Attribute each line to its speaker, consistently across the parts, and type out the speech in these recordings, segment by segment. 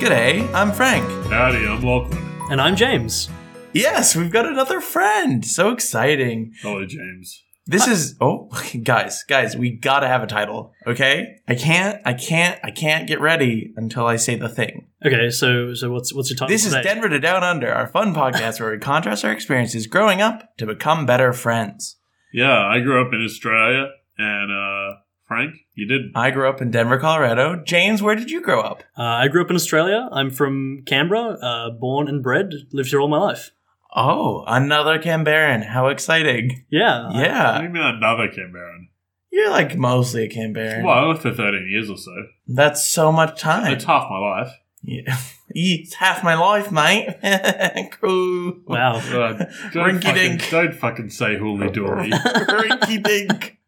Speaker 1: G'day, I'm Frank.
Speaker 2: Howdy, I'm Lachlan.
Speaker 3: And I'm James.
Speaker 1: Yes, we've got another friend. So exciting.
Speaker 2: Hello, James.
Speaker 1: This is oh, guys, guys, we got to have a title, okay? I can't I can't I can't get ready until I say the thing.
Speaker 3: Okay, so so what's what's your title
Speaker 1: This is
Speaker 3: today?
Speaker 1: Denver to Down Under, our fun podcast where we contrast our experiences growing up to become better friends.
Speaker 2: Yeah, I grew up in Australia, and uh, Frank, you did.
Speaker 1: I grew up in Denver, Colorado. James, where did you grow up?
Speaker 3: uh, I grew up in Australia. I'm from Canberra, uh, born and bred, lived here all my life.
Speaker 1: Oh, another Canberran. How exciting.
Speaker 3: Yeah.
Speaker 2: I
Speaker 3: I-
Speaker 1: Yeah.
Speaker 2: mean, another Canberran.
Speaker 1: You're like mostly a Canberran.
Speaker 2: Well, I lived for 13 years or so.
Speaker 1: That's so much time.
Speaker 2: That's half my life.
Speaker 1: Yeah. It's half my life, mate. cool.
Speaker 3: wow.
Speaker 2: Uh, don't, fucking,
Speaker 1: Rinky-dink.
Speaker 2: don't fucking say hooly doily.
Speaker 1: Rinky dink.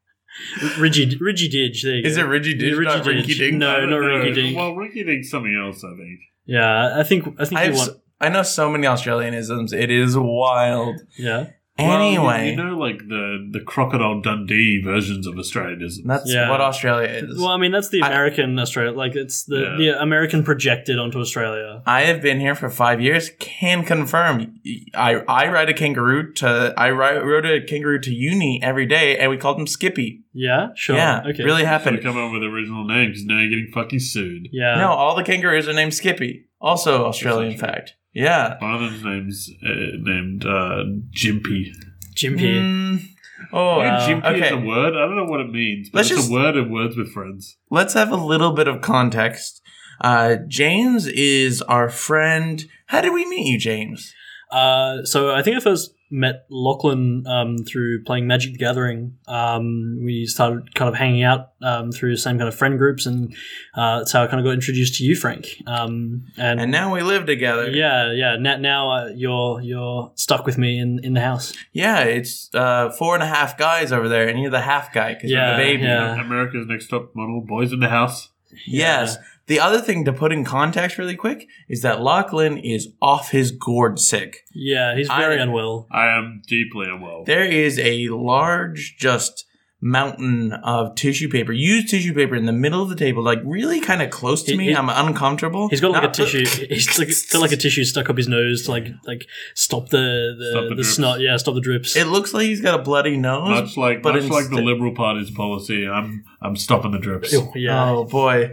Speaker 3: Rigid Rigid Didge, there you go.
Speaker 1: Is it Ridgy Ditch,
Speaker 3: Ridgy
Speaker 1: not
Speaker 3: Ditch.
Speaker 1: Rinky Dink?
Speaker 3: No, not
Speaker 2: No,
Speaker 3: rinky-dink.
Speaker 2: Well, rinky dink's something else, I think.
Speaker 3: yeah, I think I think
Speaker 1: I've
Speaker 3: you
Speaker 1: s-
Speaker 3: want
Speaker 1: I know so many Australianisms. It is wild.
Speaker 3: Yeah.
Speaker 2: Well, you-
Speaker 1: Anyway,
Speaker 2: you, know, like the, the crocodile Dundee versions of Australianism.
Speaker 1: that's
Speaker 3: Yeah.
Speaker 1: what Australia is.
Speaker 3: Well, I mean that's the
Speaker 1: I-
Speaker 3: American Australia like it's the,
Speaker 2: Yeah.
Speaker 3: the American projected onto Australia.
Speaker 1: I have been here for five years. Can confirm. I I ride a kangaroo to I ri rode a kangaroo to uni every day, and we called him Skippy.
Speaker 3: Yeah? Sure.
Speaker 1: Yeah,
Speaker 3: okay.
Speaker 1: really
Speaker 2: Should've
Speaker 1: happened.
Speaker 2: come up with original names. now you're getting fucking sued.
Speaker 3: Yeah.
Speaker 1: no, all the kangaroos are named Skippy. Also Australian
Speaker 2: Essentially.
Speaker 1: fact. Yeah.
Speaker 2: One of them's name's uh, named uh, Jimpy.
Speaker 3: Jimpy.
Speaker 1: Mm. Oh,
Speaker 2: Wow.
Speaker 3: Yeah. Wow.
Speaker 2: Jimpy is
Speaker 1: Okay.
Speaker 2: a word. I don't know what it means, but
Speaker 1: Let's
Speaker 2: it's
Speaker 1: just-
Speaker 2: a word in Words with Friends.
Speaker 1: let's have a little bit of context. Uh, James is our friend. How did we meet you, James?
Speaker 3: Uh, so I think I first met Lachlan um, through playing Magic the Gathering. Um, we started kind of hanging out um, through the same kind of friend groups, and uh, that's how I kind of got introduced to you, Frank. Um, and,
Speaker 1: And now we live together.
Speaker 3: yeah, yeah. Now, now uh, you're you're stuck with me in, in the house.
Speaker 1: Yeah, it's uh, four and a half guys over there, and you're the half guy because you're the
Speaker 3: Yeah,
Speaker 1: baby.
Speaker 3: yeah.
Speaker 2: America's Next Top Model, Boys in the House.
Speaker 1: Yes. The other thing to put in context really quick is that Lachlan is off his gourd sick.
Speaker 3: Yeah, he's very
Speaker 1: I-
Speaker 3: unwell.
Speaker 2: I am deeply unwell.
Speaker 1: There is a large, just mountain of tissue paper, used tissue paper in the middle of the table, like really kind of close to
Speaker 3: He-
Speaker 1: me.
Speaker 3: he-
Speaker 1: I'm uncomfortable.
Speaker 3: He's got like a
Speaker 1: Not-
Speaker 3: tissue. He's like, got like a tissue stuck up his nose to like like stop the the,
Speaker 2: Stop the
Speaker 3: the,
Speaker 2: drips.
Speaker 3: snot. Yeah, stop the drips.
Speaker 1: It looks like he's got a bloody nose,
Speaker 2: much like
Speaker 1: but
Speaker 2: much like the
Speaker 1: instead-
Speaker 2: Liberal Party's policy, I'm I'm stopping the drips.
Speaker 3: Ew, yeah.
Speaker 1: Oh boy.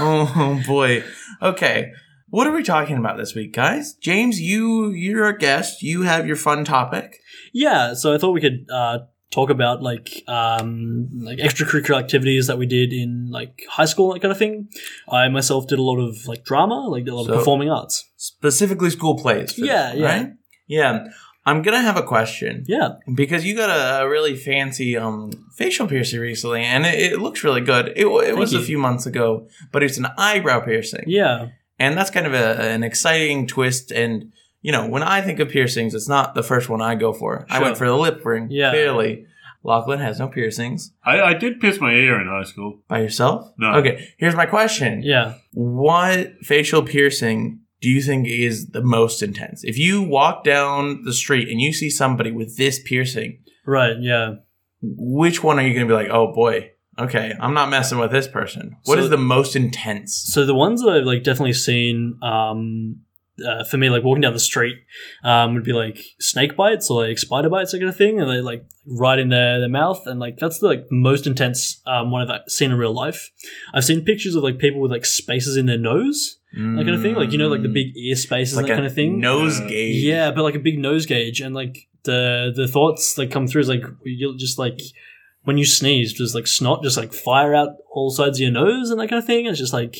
Speaker 1: Oh boy. Okay. What are we talking about this week, guys? James, you you're a guest. You have your fun topic.
Speaker 3: Yeah, so I thought we could uh, talk about like um, like extracurricular activities that we did in like high school, that kind of thing. I myself did a lot of like drama, like a lot
Speaker 1: So-
Speaker 3: of performing arts.
Speaker 1: Specifically school plays. for
Speaker 3: Yeah,
Speaker 1: this,
Speaker 3: yeah.
Speaker 1: Right? Yeah. I'm gonna have a question.
Speaker 3: Yeah,
Speaker 1: Because you got a, a really fancy um, facial piercing recently, and it, it looks really good. It, w- it
Speaker 3: Thank
Speaker 1: was a
Speaker 3: you.
Speaker 1: few months ago, but it's an eyebrow piercing.
Speaker 3: yeah,
Speaker 1: And that's kind of a, an exciting twist. And, you know, when I think of piercings, it's not the first one I go for. I
Speaker 3: Sure.
Speaker 1: went for the lip ring,
Speaker 3: Yeah.
Speaker 1: clearly. Lachlan has no piercings.
Speaker 2: I, I did pierce my ear in high school.
Speaker 1: By yourself?
Speaker 2: No.
Speaker 1: Okay, here's my question.
Speaker 3: yeah.
Speaker 1: What facial piercing do you think is the most intense? If you walk down the street and you see somebody with this piercing,
Speaker 3: Right, yeah.
Speaker 1: which one are you going to be like, oh boy, okay, I'm not messing with this person? What is
Speaker 3: So-
Speaker 1: the most intense?
Speaker 3: So the ones that I've like definitely seen um, uh, for me, like walking down the street, um, would be like snake bites or like spider bites, that kind of thing, and they like right in their, their mouth, and like that's the like most intense um, one I've seen in real life. I've seen pictures of like people with like spaces in their nose. that kind of thing. Like you know, like the
Speaker 1: Mm,
Speaker 3: big ear spaces,
Speaker 1: it's like
Speaker 3: and that
Speaker 1: a
Speaker 3: kind of thing.
Speaker 1: nose
Speaker 2: Uh,
Speaker 1: gauge.
Speaker 3: yeah, but like a big nose gauge, and like the the thoughts that come through is like you'll just like when you sneeze, just like snot, just like fire out all sides of your nose and that kind of thing. It's just like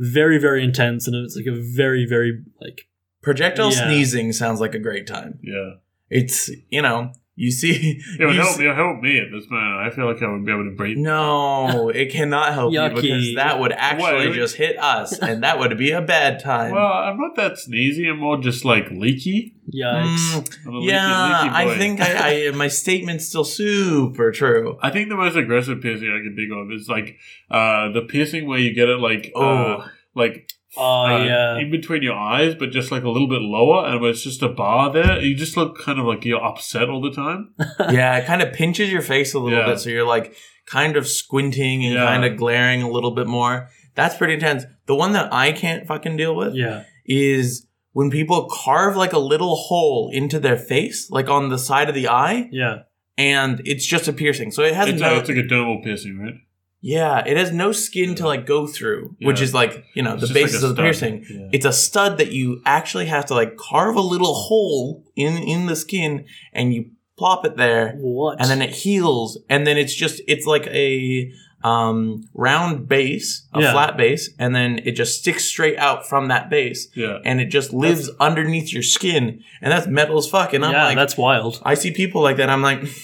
Speaker 3: very very intense, and it's like a very very like
Speaker 1: Projectile
Speaker 3: Yeah.
Speaker 1: sneezing sounds like a great time.
Speaker 2: Yeah.
Speaker 1: It's you know you see
Speaker 2: It would
Speaker 1: you
Speaker 2: help
Speaker 1: s-
Speaker 2: it'll help me at this moment. I feel like I would be able to breathe.
Speaker 1: No, it cannot help you
Speaker 3: Yucky.
Speaker 1: because that would actually
Speaker 2: Wait.
Speaker 1: just hit us, and that would be a bad time.
Speaker 2: Well, I'm not that sneezy, I'm more just like leaky.
Speaker 3: yikes.
Speaker 1: Mm,
Speaker 2: I'm a leaky-
Speaker 1: yeah,
Speaker 2: leaky
Speaker 1: I
Speaker 2: boy.
Speaker 1: think I, I my statement's still super true.
Speaker 2: I think the most aggressive piercing I can think of is like uh, the piercing where you get it like uh,
Speaker 1: Oh,
Speaker 2: like
Speaker 3: Oh,
Speaker 2: uh,
Speaker 3: yeah.
Speaker 2: in between your eyes, but just like a little bit lower, and where it's just a bar there. You just look kind of like you're upset all the time.
Speaker 1: Oh, yeah, it kind of pinches your face a little
Speaker 2: Yeah.
Speaker 1: bit, so you're like kind of squinting and
Speaker 2: Yeah.
Speaker 1: kind of glaring a little bit more. That's pretty intense. The one that I can't fucking deal with
Speaker 3: Yeah.
Speaker 1: is when people carve like a little hole into their face, like on the side of the eye,
Speaker 3: Yeah.
Speaker 1: and it's just a piercing. So it has
Speaker 2: It's,
Speaker 1: no
Speaker 2: it's like a dermal piercing, right?
Speaker 1: Yeah, it has no skin to like go through, which
Speaker 2: Yeah.
Speaker 1: is like, you know,
Speaker 2: It's
Speaker 1: the
Speaker 2: just
Speaker 1: basis
Speaker 2: like a
Speaker 1: of the
Speaker 2: stud.
Speaker 1: piercing.
Speaker 2: Yeah.
Speaker 1: It's a stud that you actually have to like carve a little hole in in the skin and you plop it there
Speaker 3: What?
Speaker 1: and then it heals and then it's just it's like a um round base, a
Speaker 3: Yeah.
Speaker 1: flat base, and then it just sticks straight out from that base
Speaker 2: yeah.
Speaker 1: and it just lives underneath your skin and that's metal as fuck and I'm
Speaker 3: yeah,
Speaker 1: like
Speaker 3: that's wild.
Speaker 1: I see people like that I'm like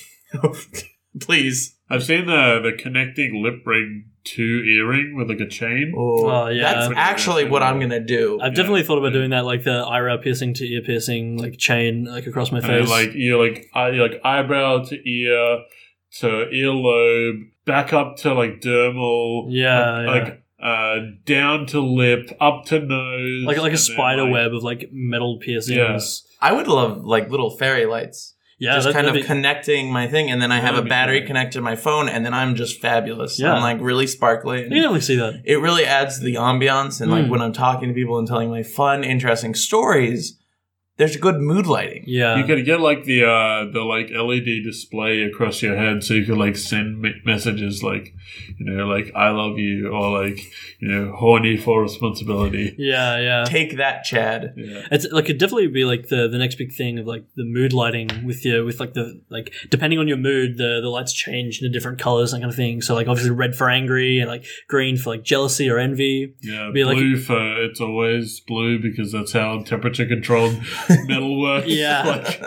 Speaker 1: please.
Speaker 2: I've seen the the connecting lip ring to earring with like a chain.
Speaker 1: Oh,
Speaker 3: Oh, yeah.
Speaker 1: that's actually what I'm going to do.
Speaker 3: I've
Speaker 2: Yeah.
Speaker 3: definitely thought about
Speaker 1: Mm.
Speaker 2: Yeah.
Speaker 3: doing that, like the eyebrow piercing to ear piercing, like chain, like across my
Speaker 2: And then,
Speaker 3: face.
Speaker 2: like you like eye, like eyebrow to ear to earlobe, back up to like dermal.
Speaker 3: Yeah,
Speaker 2: Like, like, uh, down to lip, up to nose.
Speaker 3: like like a
Speaker 2: and then,
Speaker 3: spider
Speaker 2: like-
Speaker 3: web of like metal piercings.
Speaker 1: I would love like little fairy lights,
Speaker 3: Yeah,
Speaker 1: just
Speaker 3: that-
Speaker 1: kind of
Speaker 3: that'd be-
Speaker 1: connecting my thing, and then I have a
Speaker 2: That'd be
Speaker 1: battery
Speaker 2: cool.
Speaker 1: connected to my phone, and then I'm just fabulous.
Speaker 3: Yeah.
Speaker 1: I'm like really sparkly. and
Speaker 3: you can definitely see that.
Speaker 1: It really adds to the ambiance, and like
Speaker 3: Mm.
Speaker 1: when I'm talking to people and telling like fun, interesting stories, there's good mood lighting.
Speaker 3: Yeah,
Speaker 2: you could get like the uh, the like LED display across your head, so you could like send me- messages like, you know, like I love you or like you know horny for responsibility.
Speaker 3: yeah, yeah.
Speaker 1: Take that, Chad.
Speaker 2: Yeah,
Speaker 3: It's like it'd definitely be like the the next big thing of like the mood lighting with your with like the like depending on your mood the the lights change into different colors and kind of thing. So like obviously red for angry and like green for like jealousy or envy.
Speaker 2: yeah.
Speaker 3: Be like-
Speaker 2: blue for it's always blue because that's how temperature controlled metal works.
Speaker 3: Yeah.
Speaker 2: Like,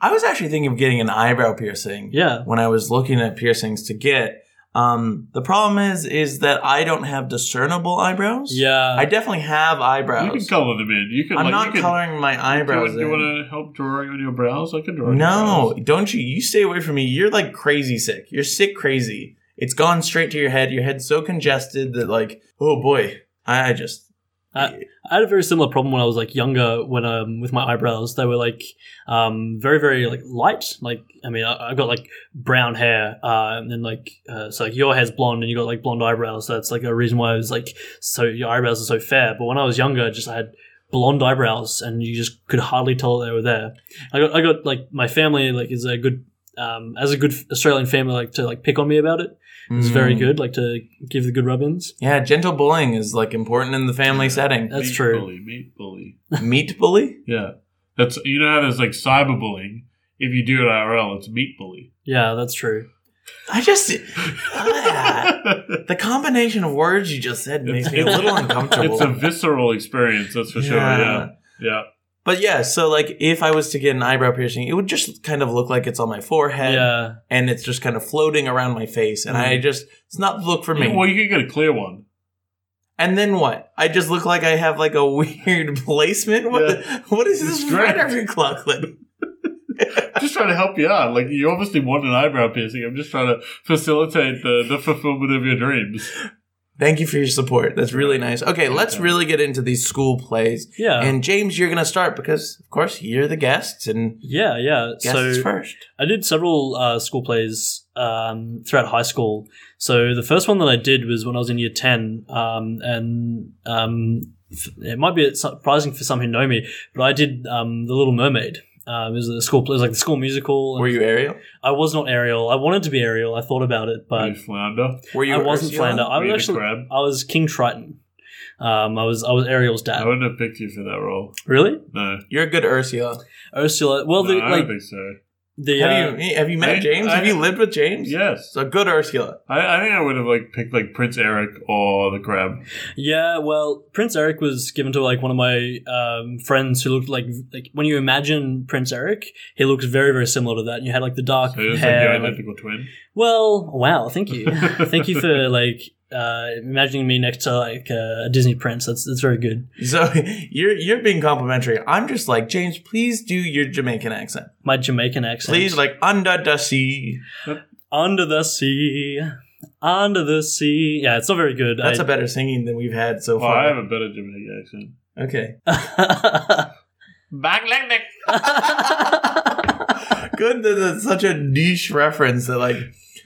Speaker 1: I was actually thinking of getting an eyebrow piercing.
Speaker 3: Yeah,
Speaker 1: when I was looking at piercings to get. Um, the problem is, is that I don't have discernible eyebrows.
Speaker 3: yeah.
Speaker 1: I definitely have eyebrows.
Speaker 2: you can color them in. You can.
Speaker 1: I'm
Speaker 2: like,
Speaker 1: not
Speaker 2: you can,
Speaker 1: coloring my
Speaker 2: Do you,
Speaker 1: eyebrows.
Speaker 2: want- do you
Speaker 1: in.
Speaker 2: want to help drawing on your brows? I can draw. on your
Speaker 1: no,
Speaker 2: brows.
Speaker 1: don't you? You stay away from me. You're like crazy sick. You're sick crazy. It's gone straight to your head. Your head's so congested that like, oh boy, I I just
Speaker 3: I had a very similar problem when I was like younger. When um with my eyebrows, they were like um very very like light. Like I mean, I, I've got like brown hair, uh, and then like uh, so like your hair's blonde and you got like blonde eyebrows. So that's like a reason why I was like so your eyebrows are so fair. But when I was younger, just I had blonde eyebrows and you just could hardly tell they were there. I got I got like my family like is a good um as a good Australian family like to like pick on me about it. It's very
Speaker 1: Mm.
Speaker 3: good like to give the good rub-ins.
Speaker 1: Yeah, gentle bullying is like important in the family setting.
Speaker 3: That's
Speaker 2: meat
Speaker 3: true.
Speaker 2: Bully, meat bully.
Speaker 1: Meat bully.
Speaker 2: Yeah, that's you know how there's like cyberbullying. If you do it IRL, it's meat bully.
Speaker 3: Yeah, that's true.
Speaker 1: I just Ah. the combination of words you just said makes me a little uncomfortable.
Speaker 2: it's a visceral experience, that's for sure. Yeah, yeah.
Speaker 1: But yeah, so like if I was to get an eyebrow piercing, it would just kind of look like it's on my forehead
Speaker 3: Yeah. Mm-hmm.
Speaker 1: and it's just kind of floating around my face. And I just, it's not the look for me.
Speaker 2: Well, you can get a clear one.
Speaker 1: and then what? I just look like I have like a weird placement? What, what is
Speaker 2: It's
Speaker 1: this
Speaker 2: great.
Speaker 1: Frederick McLaughlin?
Speaker 2: just trying to help you out. Like you obviously want an eyebrow piercing. I'm just trying to facilitate the, the fulfillment of your dreams.
Speaker 1: Thank you for your support. That's really nice. Okay, let's
Speaker 2: Okay.
Speaker 1: really get into these school plays.
Speaker 3: Yeah.
Speaker 1: And James, you're going to start because, of course, you're the guests and
Speaker 3: Yeah, yeah.
Speaker 1: guests
Speaker 3: so
Speaker 1: first.
Speaker 3: I did several uh, school plays um, throughout high school. So the first one that I did was when I was in year ten, um, and um, f- it might be surprising for some who know me, but I did um, the Little Mermaid. Um, it was a school play, it was like the school musical.
Speaker 1: Were you Ariel?
Speaker 3: I was not Ariel. I wanted to be Ariel. I thought about it,
Speaker 2: Are
Speaker 3: but
Speaker 2: you flounder.
Speaker 1: Mm. Were you
Speaker 3: I wasn't
Speaker 1: Ursula?
Speaker 3: Flounder. I
Speaker 2: Are you
Speaker 3: was
Speaker 2: the
Speaker 3: actually
Speaker 2: crab.
Speaker 3: I was King Triton. Um, I was I was Ariel's
Speaker 2: I
Speaker 3: dad.
Speaker 1: Oh.
Speaker 2: wouldn't have picked you for that role.
Speaker 3: Really,
Speaker 2: No,
Speaker 1: You're a good Ursula.
Speaker 3: Ursula? Well, the
Speaker 2: No, I don't
Speaker 3: like
Speaker 2: think so.
Speaker 3: the uh,
Speaker 1: Have you have you met
Speaker 2: I-
Speaker 1: James?
Speaker 2: I-
Speaker 1: have you lived with James?
Speaker 2: Yes,
Speaker 1: So good Ursula.
Speaker 2: I, I think I would have like picked like Prince Eric or the crab.
Speaker 3: Yeah, well, Prince Eric was given to like one of my um, friends who looked like like when you imagine Prince Eric, he looks very very similar to that. And you had like the dark
Speaker 2: So it was like
Speaker 3: hair.
Speaker 2: your
Speaker 3: and, like-
Speaker 2: identical twin.
Speaker 3: well, wow, thank you, thank you for like uh, imagining me next to like uh, a Disney prince. That's that's very good.
Speaker 1: So you're you're being complimentary. I'm just like James. Please do your Jamaican accent.
Speaker 3: My Jamaican accent.
Speaker 1: Please like under the sea.
Speaker 3: under the sea, under the sea. Yeah, it's not very good.
Speaker 1: That's
Speaker 3: I-
Speaker 1: a better singing than we've had so
Speaker 2: Oh, I have
Speaker 1: far.
Speaker 2: a better Jamaican accent.
Speaker 1: Okay.
Speaker 2: Back like
Speaker 1: Good that it's such a niche reference that like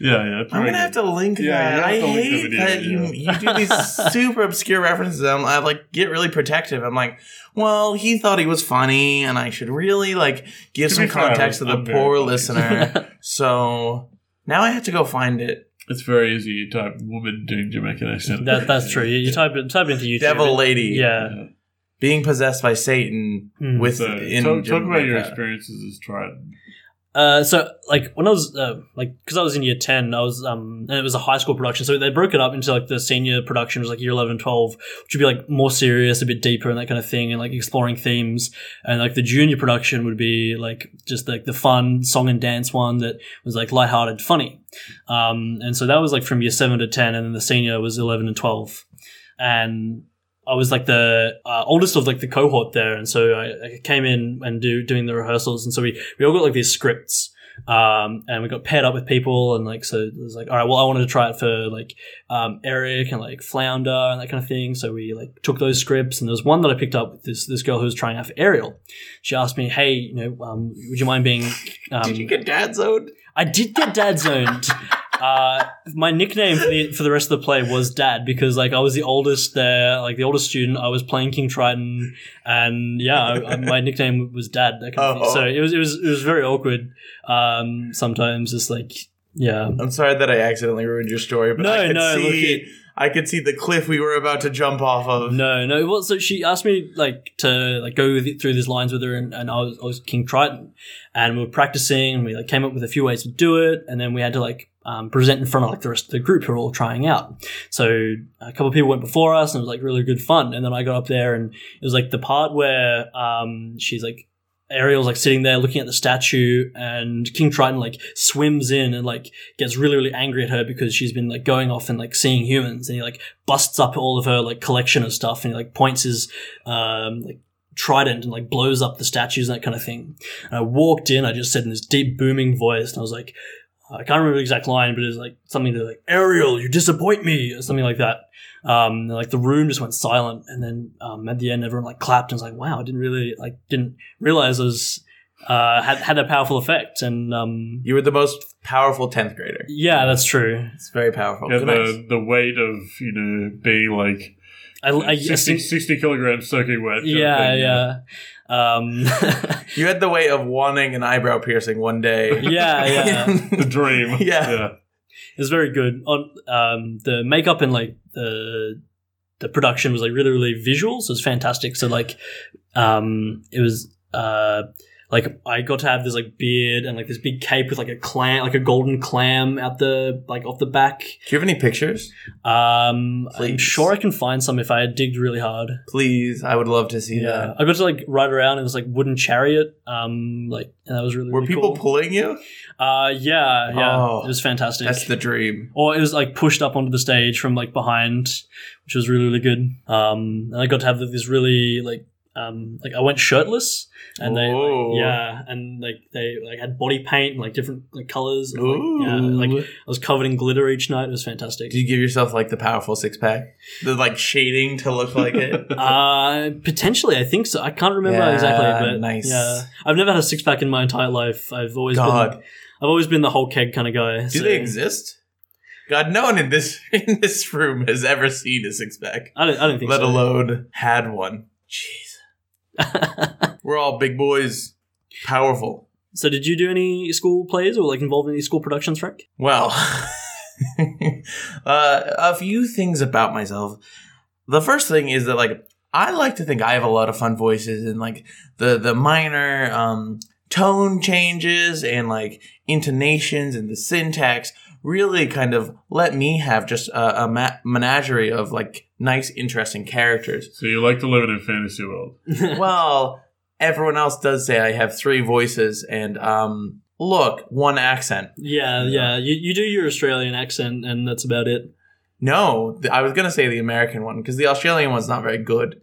Speaker 2: Yeah, yeah.
Speaker 1: I'm gonna have to link
Speaker 2: Yeah,
Speaker 1: that.
Speaker 2: you have
Speaker 1: I
Speaker 2: to link the
Speaker 1: hate
Speaker 2: video,
Speaker 1: that you,
Speaker 2: yeah.
Speaker 1: you do these super obscure references. I'm, I like get really protective. I'm like, well, he thought he was funny, and I should really like give
Speaker 2: To
Speaker 1: some
Speaker 2: be fair,
Speaker 1: context to the
Speaker 2: I'm very
Speaker 1: poor
Speaker 2: funny.
Speaker 1: listener. so now I have to go find it.
Speaker 2: It's very easy. You type "woman doing Jamaican accent."
Speaker 3: That, that's true. You, you type it type it into YouTube.
Speaker 1: Devil Lady,
Speaker 3: Yeah.
Speaker 1: being possessed by Satan
Speaker 3: Mm.
Speaker 1: with
Speaker 2: So,
Speaker 1: in
Speaker 2: talk, talk about your
Speaker 1: Jamaica.
Speaker 2: experiences as Triton.
Speaker 3: Uh, so like when I was uh, like because I was in year ten, I was um and it was a high school production, so they broke it up into like the senior production was like year 11 and 12, which would be like more serious, a bit deeper and that kind of thing, and like exploring themes, and like the junior production would be like just like the fun song and dance one that was like lighthearted, funny, um and so that was like from year seven to ten, and then the senior was eleven and twelve, and I was like the uh, oldest of like the cohort there, and so I, I came in and do doing the rehearsals, and so we we all got like these scripts, um, and we got paired up with people, and like so it was like all right, well I wanted to try it for like um, Eric and like Flounder and that kind of thing, so we like took those scripts, and there was one that I picked up with this this girl who was trying out for Ariel. She asked me, hey, you know, um, would you mind being? Um,
Speaker 1: Did you get dad zoned?
Speaker 3: I did get dad zoned. Uh, my nickname for the, for the rest of the play was Dad because like I was the oldest there, like the oldest student. I was playing King Triton, and yeah, I, I, my nickname was Dad. That kind of thing.
Speaker 1: Oh.
Speaker 3: So it was it was it was very awkward. Um, sometimes just like yeah,
Speaker 1: I'm sorry that I accidentally ruined your story, but
Speaker 3: No,
Speaker 1: I could
Speaker 3: no, look
Speaker 1: see I could see the cliff we were about to jump off of.
Speaker 3: No, no. Well, so she asked me like to like go with it through these lines with her, and, and I, was, I was King Triton, and we were practicing, and we like came up with a few ways to do it, and then we had to like um, present in front of like the rest of the group who were all trying out. So a couple of people went before us, and it was like really good fun. And then I got up there, and it was like the part where um, she's like. Ariel's like sitting there looking at the statue, and King Triton like swims in and like gets really really angry at her because she's been like going off and like seeing humans, and he like busts up all of her like collection of stuff and he like points his um like trident and like blows up the statues and that kind of thing. And I walked in, I just said in this deep booming voice, and I was like, I can't remember the exact line, but it was like something to like Ariel, you disappoint me, or something like that. Um, and, like the room just went silent, and then um, at the end, everyone like clapped and was like, "Wow, I didn't really like didn't realize I was uh, had had a powerful effect." And um,
Speaker 1: You were the most powerful tenth grader.
Speaker 3: yeah, that's true.
Speaker 1: It's very powerful.
Speaker 2: yeah,
Speaker 1: Good night.
Speaker 2: the, the weight of you know being like
Speaker 3: I, I, I
Speaker 2: 60,
Speaker 3: think,
Speaker 2: 60 kilograms soaking wet. kind of
Speaker 3: yeah,
Speaker 2: thing.
Speaker 3: yeah. Um,
Speaker 1: You had the way of wanting an eyebrow piercing one day.
Speaker 3: yeah, yeah.
Speaker 2: The dream.
Speaker 1: Yeah.
Speaker 3: It's very good. On um, the makeup and like the the production was like really really visual, so it's fantastic. So like um, it was uh, like I got to have this like beard and like this big cape with like a clam, like a golden clam out the like off the back.
Speaker 1: Do you have any pictures?
Speaker 3: Um, I'm
Speaker 1: Please.
Speaker 3: sure I can find some if I digged really hard.
Speaker 1: Please, I would love to see
Speaker 3: Yeah,
Speaker 1: that.
Speaker 3: I got to like ride around in this like wooden chariot. Um, like and that was really
Speaker 1: Were
Speaker 3: really
Speaker 1: people
Speaker 3: cool.
Speaker 1: pulling you?
Speaker 3: uh, yeah, yeah,
Speaker 1: Oh,
Speaker 3: it was fantastic.
Speaker 1: That's the dream.
Speaker 3: or it was like pushed up onto the stage from like behind, which was really really good. Um, and I got to have this really like um like I went shirtless and they like,
Speaker 1: Ooh.
Speaker 3: yeah and like they like had body paint and like different like colors. And,
Speaker 1: Ooh.
Speaker 3: like, yeah, like I was covered in glitter each night. It was fantastic.
Speaker 1: Did you give yourself like the powerful six pack? The like shading to look like it?
Speaker 3: Uh, potentially, I think so. I can't remember
Speaker 1: Yeah,
Speaker 3: exactly, but
Speaker 1: nice.
Speaker 3: yeah, I've never had a six pack in my entire life. I've always been,
Speaker 1: God.
Speaker 3: I've always been the whole keg kind of guy.
Speaker 1: Do they exist? God, no one in this in this room has ever seen a six pack.
Speaker 3: I don't, I don't think
Speaker 1: Let
Speaker 3: so.
Speaker 1: alone had one. Jeez. We're all big boys. Powerful.
Speaker 3: So, did you do any school plays or like involved in any school productions, Frank?
Speaker 1: Well, uh, a few things about myself. The first thing is that like I like to think I have a lot of fun voices and like the the minor um, tone changes and like intonations and the syntax really kind of let me have just a, a ma- menagerie of like nice interesting characters.
Speaker 2: So you like to live in a fantasy world.
Speaker 1: well, everyone else does say I have three voices and um look, one accent.
Speaker 3: Yeah, yeah. You, you do your Australian accent, and that's about it.
Speaker 1: No, th- I was gonna say the American one because the Australian one's not very good.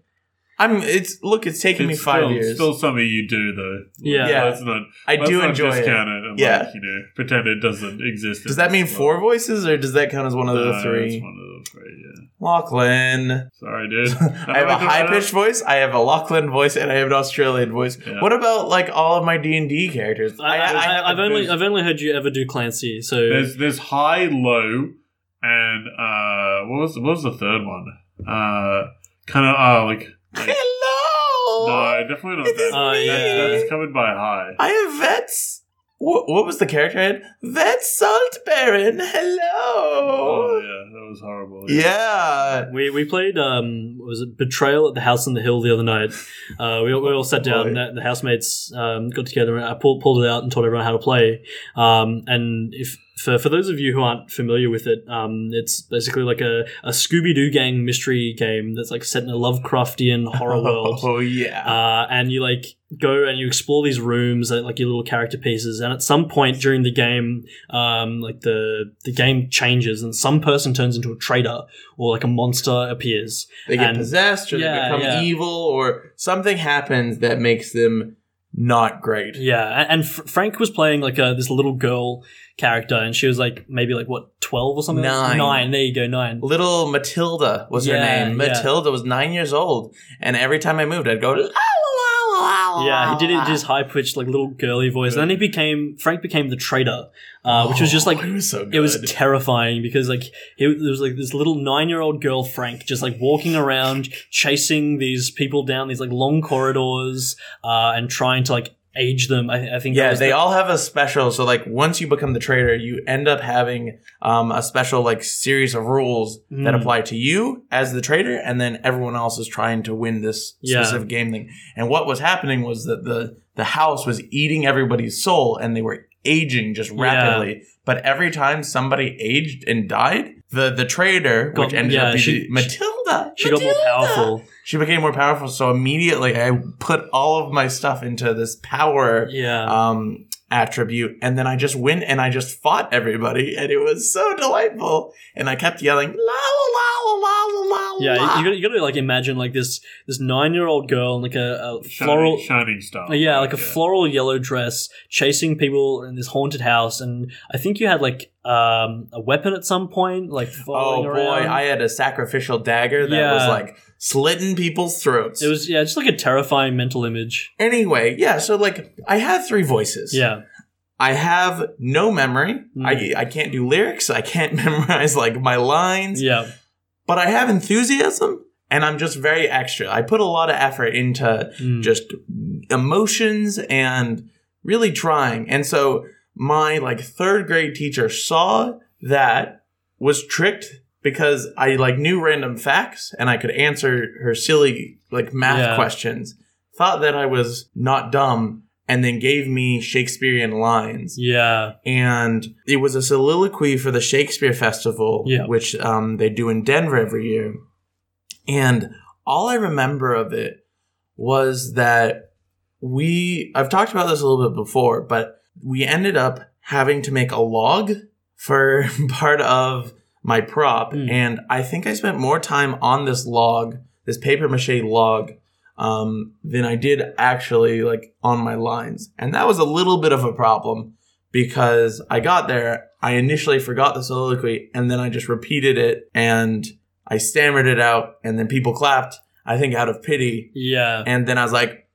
Speaker 1: I'm. It's look. It's taken me
Speaker 2: It's
Speaker 1: five
Speaker 2: still,
Speaker 1: years.
Speaker 2: Still something you do though. Like,
Speaker 3: Yeah.
Speaker 1: Yeah.
Speaker 2: Let's not,
Speaker 1: I
Speaker 2: let's
Speaker 1: do
Speaker 2: not
Speaker 1: enjoy it.
Speaker 2: discount it. and
Speaker 1: Yeah.
Speaker 2: like, you know, pretend it doesn't exist.
Speaker 1: Does
Speaker 2: in
Speaker 1: that mean
Speaker 2: this
Speaker 1: four
Speaker 2: world.
Speaker 1: voices, or does that count as one of
Speaker 2: No,
Speaker 1: the
Speaker 2: that's
Speaker 1: three?
Speaker 2: one of the three, yeah.
Speaker 1: Lachlan.
Speaker 2: Sorry, dude.
Speaker 1: I have a high pitched voice. I have a Lachlan voice, and I have an Australian voice.
Speaker 2: Yeah.
Speaker 1: What about like all of my D and D characters?
Speaker 3: I, I,
Speaker 1: have
Speaker 3: I, have
Speaker 1: a
Speaker 3: only
Speaker 1: boost.
Speaker 3: I've only heard you ever do Clancy. So
Speaker 2: There's there's high, low, and uh, what was what was the third one? Uh, kind of uh, like like-
Speaker 1: hello.
Speaker 2: no, definitely not
Speaker 1: It
Speaker 2: that.
Speaker 1: is
Speaker 3: Oh,
Speaker 1: me.
Speaker 3: yeah.
Speaker 2: That's, that's covered by high.
Speaker 1: I have vets. What, what was the character I had? Vet Salt Baron.
Speaker 2: Oh
Speaker 1: Hello.
Speaker 2: yeah, that was horrible.
Speaker 1: yeah.
Speaker 3: we, we played um what was it Betrayal at the House on the Hill the other night. Uh, we, all- we all sat down. The, the housemates um, got together. And I pulled, pulled it out and taught everyone how to play. Um, and if for, for those of you who aren't familiar with it, um, it's basically like a, a Scooby Doo gang mystery game that's like set in a Lovecraftian horror world.
Speaker 1: Oh yeah.
Speaker 3: uh, and you like go and you explore these rooms and like your little character pieces and at some point during the game um, like the the game changes and some person turns into a traitor or like a monster appears
Speaker 1: they get
Speaker 3: and-
Speaker 1: possessed, or
Speaker 3: yeah,
Speaker 1: they become
Speaker 3: yeah.
Speaker 1: evil, or something happens that makes them not great.
Speaker 3: yeah a- and, Fr- frank was playing like a, this little girl character and she was like maybe like what 12 or something
Speaker 1: Nine.
Speaker 3: nine there you go nine
Speaker 1: Little Matilda was her
Speaker 3: Yeah,
Speaker 1: name.
Speaker 3: yeah.
Speaker 1: Matilda was nine years old, and every time I moved, I'd go. "La, la, la, la,
Speaker 3: yeah, he did it in
Speaker 1: la."
Speaker 3: his high pitched, like little girly voice. And then he became Frank became the traitor, uh, which was just like
Speaker 1: Oh, it was so good.
Speaker 3: it was terrifying because like he, there was like this little nine-year-old girl Frank just like walking around chasing these people down these like long corridors uh, and trying to like age them. I, I think that
Speaker 1: yeah,
Speaker 3: was
Speaker 1: they
Speaker 3: the-
Speaker 1: all have a special. So like once you become the trader, you end up having um, a special like series of rules that
Speaker 3: Mm.
Speaker 1: apply to you as the trader, and then everyone else is trying to win this
Speaker 3: Yeah.
Speaker 1: specific game thing. And what was happening was that the the house was eating everybody's soul, and they were aging just
Speaker 3: Yeah.
Speaker 1: rapidly. But every time somebody aged and died, the the trader,
Speaker 3: Got-
Speaker 1: which ended
Speaker 3: yeah,
Speaker 1: up being
Speaker 3: she-
Speaker 1: Matilda,
Speaker 3: she got more
Speaker 1: Matilda!
Speaker 3: powerful.
Speaker 1: She became more powerful. So immediately, I put all of my stuff into this power
Speaker 3: Yeah.
Speaker 1: um, attribute, and then I just went and I just fought everybody, and it was so delightful. And I kept yelling, la la la la la la. la,
Speaker 3: yeah,
Speaker 1: la."
Speaker 3: you, you, gotta, you gotta like imagine like this this nine year old girl in like a, a
Speaker 2: Shining,
Speaker 3: floral,
Speaker 2: shining star.
Speaker 3: Uh,
Speaker 1: Oh,
Speaker 3: Yeah, like a floral yellow dress, chasing people in this haunted house, and I think you had like um, a weapon at some point, like
Speaker 1: oh
Speaker 3: following
Speaker 1: boy,
Speaker 3: around.
Speaker 1: I had a sacrificial dagger that was
Speaker 3: Yeah.
Speaker 1: like slitting people's throats.
Speaker 3: it was yeah, just like a terrifying mental image.
Speaker 1: anyway, yeah. So like, I have three voices.
Speaker 3: Yeah, Mm.
Speaker 1: I have no memory. I I can't do lyrics. I can't memorize like my lines.
Speaker 3: yeah,
Speaker 1: But I have enthusiasm, and I'm just very extra. I put a lot of effort into
Speaker 3: Mm.
Speaker 1: just emotions and really trying. And so my like third grade teacher saw that was tricked because I like knew random facts and I could answer her silly like math
Speaker 3: Yeah.
Speaker 1: questions. Thought that I was not dumb and then gave me Shakespearean lines
Speaker 3: yeah,
Speaker 1: and it was a soliloquy for the Shakespeare Festival,
Speaker 3: Yeah.
Speaker 1: which um, they do in Denver every year. And all I remember of it was that we, I've talked about this a little bit before, but we ended up having to make a log for part of my prop.
Speaker 3: Mm.
Speaker 1: And I think I spent more time on this log, this paper mache log, um, than I did actually like on my lines. And that was a little bit of a problem because I got there, I initially forgot the soliloquy, and then I just repeated it and I stammered it out, and then people clapped, I think out of pity.
Speaker 3: yeah,
Speaker 1: And then I was like,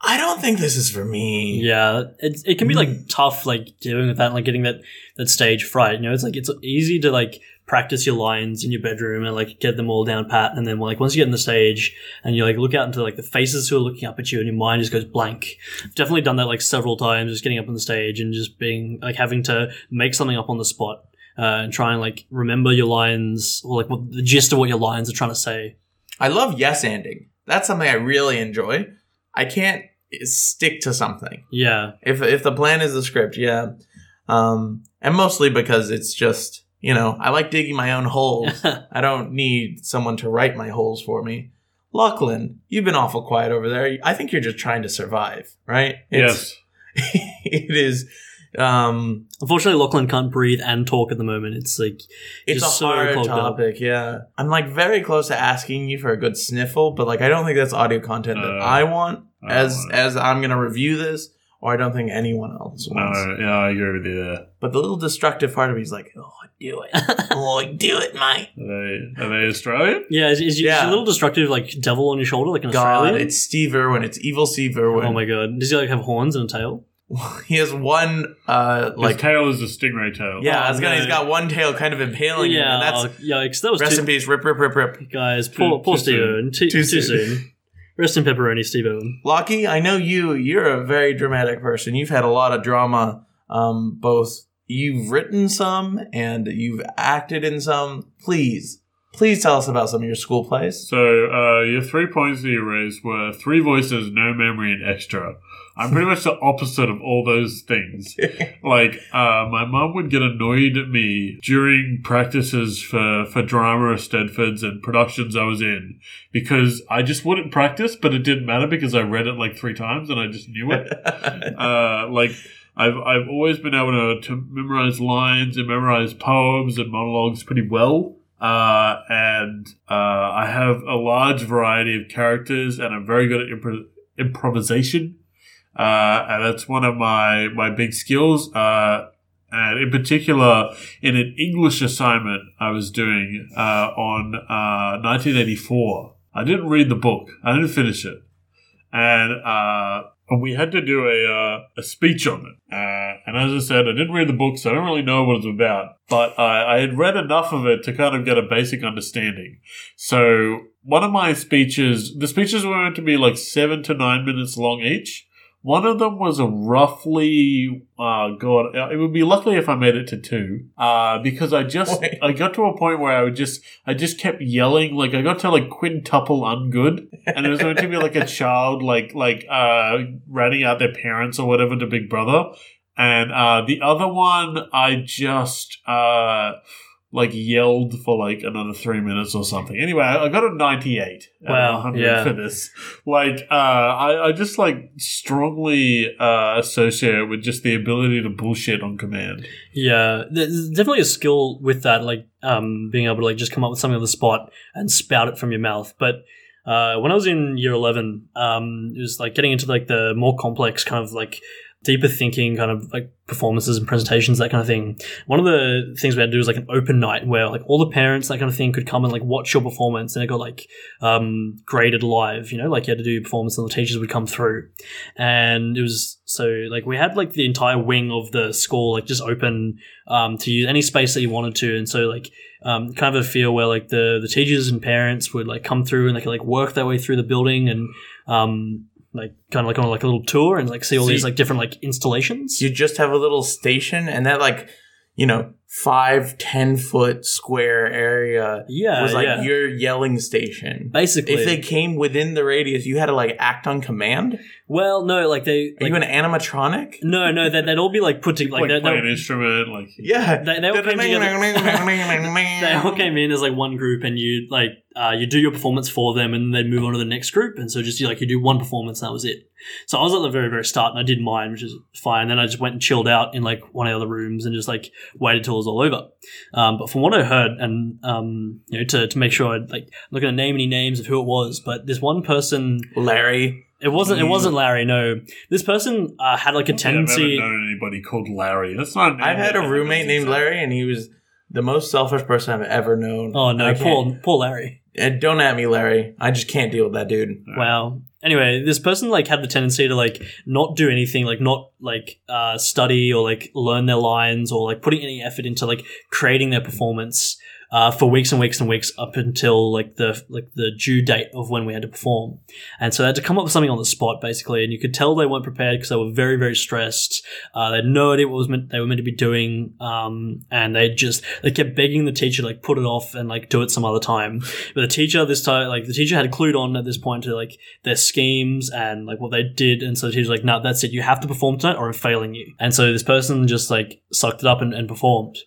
Speaker 1: I don't think this is for me.
Speaker 3: yeah. It, it can be like tough, like dealing with that, like getting that that stage fright. You know, it's like it's easy to like practice your lines in your bedroom and like get them all down pat, and then like once you get on the stage and you like look out into like the faces who are looking up at you, and your mind just goes blank. I've definitely done that like several times, just getting up on the stage and just being like having to make something up on the spot. Uh, and try and like remember your lines or like what the gist of what your lines are trying to say.
Speaker 1: I love yes ending. That's something I really enjoy. I can't stick to something.
Speaker 3: Yeah,
Speaker 1: If if the plan is the script, yeah. Um, and mostly because it's just, you know, I like digging my own holes. I don't need someone to write my holes for me. Lachlan, you've been awful quiet over there. I think you're just trying to survive, right? It's-
Speaker 2: Yes.
Speaker 1: it is Um,
Speaker 3: Unfortunately, Lachlan can't breathe and talk at the moment. It's like
Speaker 1: it's
Speaker 3: Just
Speaker 1: a
Speaker 3: so
Speaker 1: hard
Speaker 3: clogged up.
Speaker 1: topic. Yeah, I'm like very close to asking you for a good sniffle, but like I don't think that's audio content that
Speaker 2: Uh,
Speaker 1: I want
Speaker 2: I don't
Speaker 1: as
Speaker 2: want it.
Speaker 1: as I'm gonna review this, or I don't think anyone else wants.
Speaker 2: No, yeah, I agree with you there.
Speaker 1: But the little destructive part of me is like, oh, do it, oh, do it, mate.
Speaker 2: Are they, are they Australian?
Speaker 3: yeah, is, is, is
Speaker 1: Yeah.
Speaker 3: he a little destructive, like devil on your shoulder, like an
Speaker 1: God,
Speaker 3: Australian?
Speaker 1: it's Steve Irwin. It's evil Steve Irwin.
Speaker 3: oh my god, does he like have horns and a tail?
Speaker 1: he has one uh
Speaker 2: Like,
Speaker 1: like
Speaker 2: His tail is a stingray tail.
Speaker 1: yeah, I
Speaker 3: Oh,
Speaker 1: was gonna.
Speaker 3: no.
Speaker 1: He's got one tail kind of impaling him,
Speaker 3: yeah,
Speaker 1: and that's
Speaker 3: oh, yikes! That was
Speaker 1: rest
Speaker 3: too,
Speaker 1: in peace. Rip, rip, rip, rip.
Speaker 3: guys. Poor,
Speaker 2: Too-
Speaker 3: poor
Speaker 2: too
Speaker 3: Steve
Speaker 2: soon.
Speaker 3: Irwin. Too, too,
Speaker 1: Too
Speaker 3: soon.
Speaker 1: soon.
Speaker 3: Rest in pepperoni, Steve Irwin.
Speaker 1: Lockie, I know you. You're a very dramatic person. You've had a lot of drama. Um, both you've written some and you've acted in some. Please, please tell us about some of your school plays.
Speaker 2: So uh, your three points that you raised were three voices, no memory, and extra. I'm pretty much the opposite of all those things. like uh, my mum would get annoyed at me during practices for for drama at Stedfords and productions I was in because I just wouldn't practice, but it didn't matter because I read it like three times and I just knew it. uh, like I've I've always been able to, to memorize lines and memorize poems and monologues pretty well. Uh, and uh, I have a large variety of characters, and I'm very good at impro- improvisation. Uh, and that's one of my my big skills. Uh, and in particular, in an English assignment I was doing uh, on uh, 1984, I didn't read the book. I didn't finish it, and uh, and we had to do a uh, a speech on it. Uh, and as I said, I didn't read the book, so I don't really know what it's about. But I, I had read enough of it to kind of get a basic understanding. So one of my speeches, the speeches were meant to be like seven to nine minutes long each. One of them was a roughly, uh, God, it would be luckily if I made it to two, uh, because I just,
Speaker 1: Wait.
Speaker 2: I got to a point where I would just, I just kept yelling, like I got to like quintuple ungood, and it was meant to be like a child, like, like, uh, ratting out their parents or whatever to Big Brother. And, uh, the other one, I just, uh, like yelled for like another three minutes or something. Anyway, I I got a 98 out of
Speaker 3: Wow,
Speaker 2: 100
Speaker 3: yeah.
Speaker 2: for this. Like, uh, I, I just like strongly uh, associate it with just the ability to bullshit on command.
Speaker 3: Yeah, there's definitely a skill with that, like um, being able to like just come up with something on the spot and spout it from your mouth. But uh, when I was in year eleven, um, it was like getting into like the more complex kind of like deeper thinking kind of like performances and presentations that kind of thing one of the things we had to do was like an open night where like all the parents that kind of thing could come and like watch your performance and it got like um graded live you know like you had to do your performance and the teachers would come through and it was so like we had like the entire wing of the school like just open um, to use any space that you wanted to and so like um, kind of a feel where like the the teachers and parents would like come through and they could like work their way through the building and um like kind of like on like a little tour and like see all
Speaker 1: So
Speaker 3: these
Speaker 1: you-
Speaker 3: like different like installations
Speaker 1: you just have a little station, and that like, you know, five ten foot square area
Speaker 3: yeah
Speaker 1: was like
Speaker 3: Uh, yeah.
Speaker 1: your yelling station.
Speaker 3: basically
Speaker 1: If they came within the radius, you had to like act on command.
Speaker 3: Well, no, like they.
Speaker 1: Are
Speaker 3: Like,
Speaker 1: you an animatronic?
Speaker 3: no, no, they'd, they'd all be like put to,
Speaker 2: Like,
Speaker 3: like, they
Speaker 2: play an
Speaker 3: they,
Speaker 2: instrument, like
Speaker 1: Yeah.
Speaker 3: they, they all came together. they all came in as like one group, and you like uh, you do your performance for them, and then move on to the next group. And so just you like you do one performance, and that was it. So I was at the very very start, and I did mine, which is fine. Then I just went and chilled out in like one of the other rooms, and just like waited till it was all over. Um, but from what I heard, and um, you know, to, to make sure I like I'm not going to name any names of who it was, but this one person,
Speaker 1: Larry.
Speaker 3: it wasn't it
Speaker 1: Mm.
Speaker 3: wasn't Larry. No, this person uh, had like a tendency.
Speaker 2: I've never known anybody called Larry. That's not. a name
Speaker 1: I've had a
Speaker 2: that
Speaker 1: roommate named Larry, and he was the most selfish person I've ever known.
Speaker 3: Oh no,
Speaker 1: I can't-
Speaker 3: poor poor Larry.
Speaker 1: And don't at me, Larry. I just can't deal with that dude.
Speaker 2: Yeah.
Speaker 3: Wow. Anyway, this person like had the tendency to like not do anything, like not like uh, study or like learn their lines or like putting any effort into like creating their performance uh, for weeks and weeks and weeks up until like the like the due date of when we had to perform. And so they had to come up with something on the spot basically, and you could tell they weren't prepared because they were very very stressed. Uh, they had no idea what was meant they were meant to be doing, um, and they just they kept begging the teacher to, like put it off and like do it some other time. But the teacher this time, like the teacher had clued on at this point to like their schemes and like what they did, and so the teacher's like, "No, that's it. You have to perform tonight, or I'm failing you." And so this person just like sucked it up and, and performed.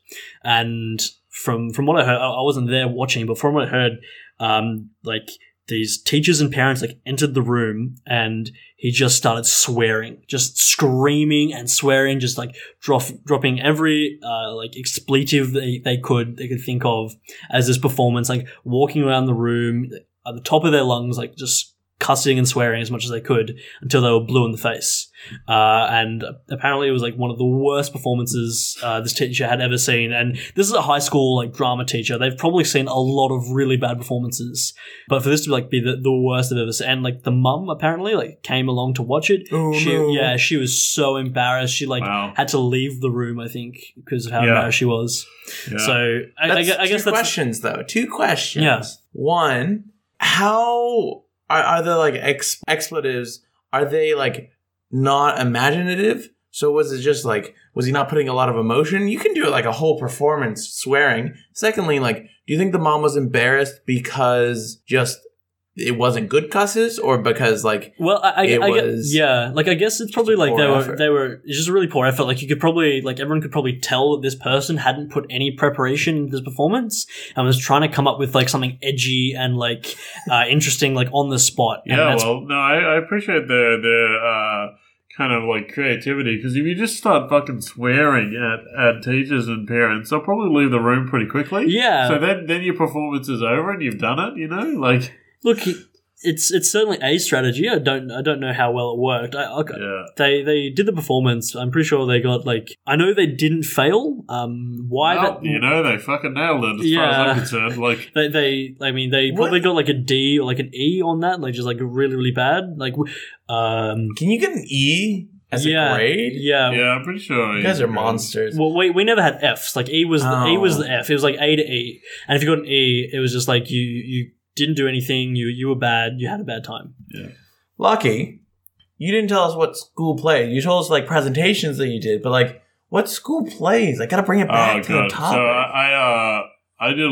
Speaker 3: And from from what I heard, I I wasn't there watching, but from what I heard, um, like these teachers and parents like entered the room and he just started swearing, just screaming and swearing, just like drop, dropping every uh, like expletive they, they could they could think of as this performance, like walking around the room at the top of their lungs, like just cussing and swearing as much as they could until they were blue in the face. Uh, and apparently, it was like one of the worst performances uh, this teacher had ever seen. And this is a high school like drama teacher. They've probably seen a lot of really bad performances, but for this to like be the, the worst they've ever seen, and like the mum apparently like came along to watch it.
Speaker 1: Oh,
Speaker 3: she
Speaker 1: no.
Speaker 3: yeah, she was so embarrassed. She like
Speaker 2: Wow.
Speaker 3: had to leave the room, I think, because of how
Speaker 2: Yeah.
Speaker 3: embarrassed she was.
Speaker 2: Yeah.
Speaker 3: So I, I,
Speaker 1: That's
Speaker 3: gu- I
Speaker 1: two
Speaker 3: guess that's
Speaker 1: questions though. Two questions.
Speaker 3: Yeah.
Speaker 1: One, how are, are the like ex- expletives? Are they like not imaginative? So was it just like was he not putting a lot of emotion? You can do it like a whole performance swearing. Secondly, like do you think the mom was embarrassed because just it wasn't good cusses or because like
Speaker 3: Well, I, I,
Speaker 1: It
Speaker 3: I gue-
Speaker 1: was
Speaker 3: yeah, like I guess it's probably like
Speaker 1: poor
Speaker 3: they were
Speaker 1: effort.
Speaker 3: they were it's just a really poor effort. Like you could probably like everyone could probably tell that this person hadn't put any preparation into this performance and was trying to come up with like something edgy and like uh, interesting like on the spot. And
Speaker 2: Yeah,
Speaker 3: that's-
Speaker 2: well, no, I, I appreciate their their uh, kind of like creativity because if you just start fucking swearing at, at teachers and parents, they'll probably leave the room pretty quickly.
Speaker 3: yeah.
Speaker 2: So then, then your performance is over and you've done it. You know, like
Speaker 3: look, it's it's certainly a strategy. I don't I don't know how well it worked. I, I,
Speaker 2: yeah,
Speaker 3: They they did the performance. I'm pretty sure they got like I know they didn't fail. Um, why
Speaker 2: Well,
Speaker 3: that
Speaker 2: you know they fucking nailed it. As far as
Speaker 3: Yeah.
Speaker 2: I'm concerned, like
Speaker 3: They, they, I mean, they
Speaker 1: What-
Speaker 3: probably got like a D or like an E on that, like just like really, really bad. Like, w- um,
Speaker 1: can you get an E as
Speaker 3: yeah,
Speaker 1: a grade?
Speaker 3: yeah.
Speaker 2: yeah, I'm pretty sure um,
Speaker 1: You guys are
Speaker 2: yeah.
Speaker 1: monsters.
Speaker 3: Well, we, we never had Fs. Like E was the, E was
Speaker 1: Oh.
Speaker 3: the F. It was like A to E, and if you got an E, it was just like you you didn't do anything. You you were bad. You had a bad time.
Speaker 1: Lucky, you didn't tell us what school play. You told us like presentations that you did, but like what school plays? I gotta bring it back
Speaker 2: Oh
Speaker 1: to the
Speaker 2: god! So
Speaker 1: topic.
Speaker 2: I, I uh. I did uh,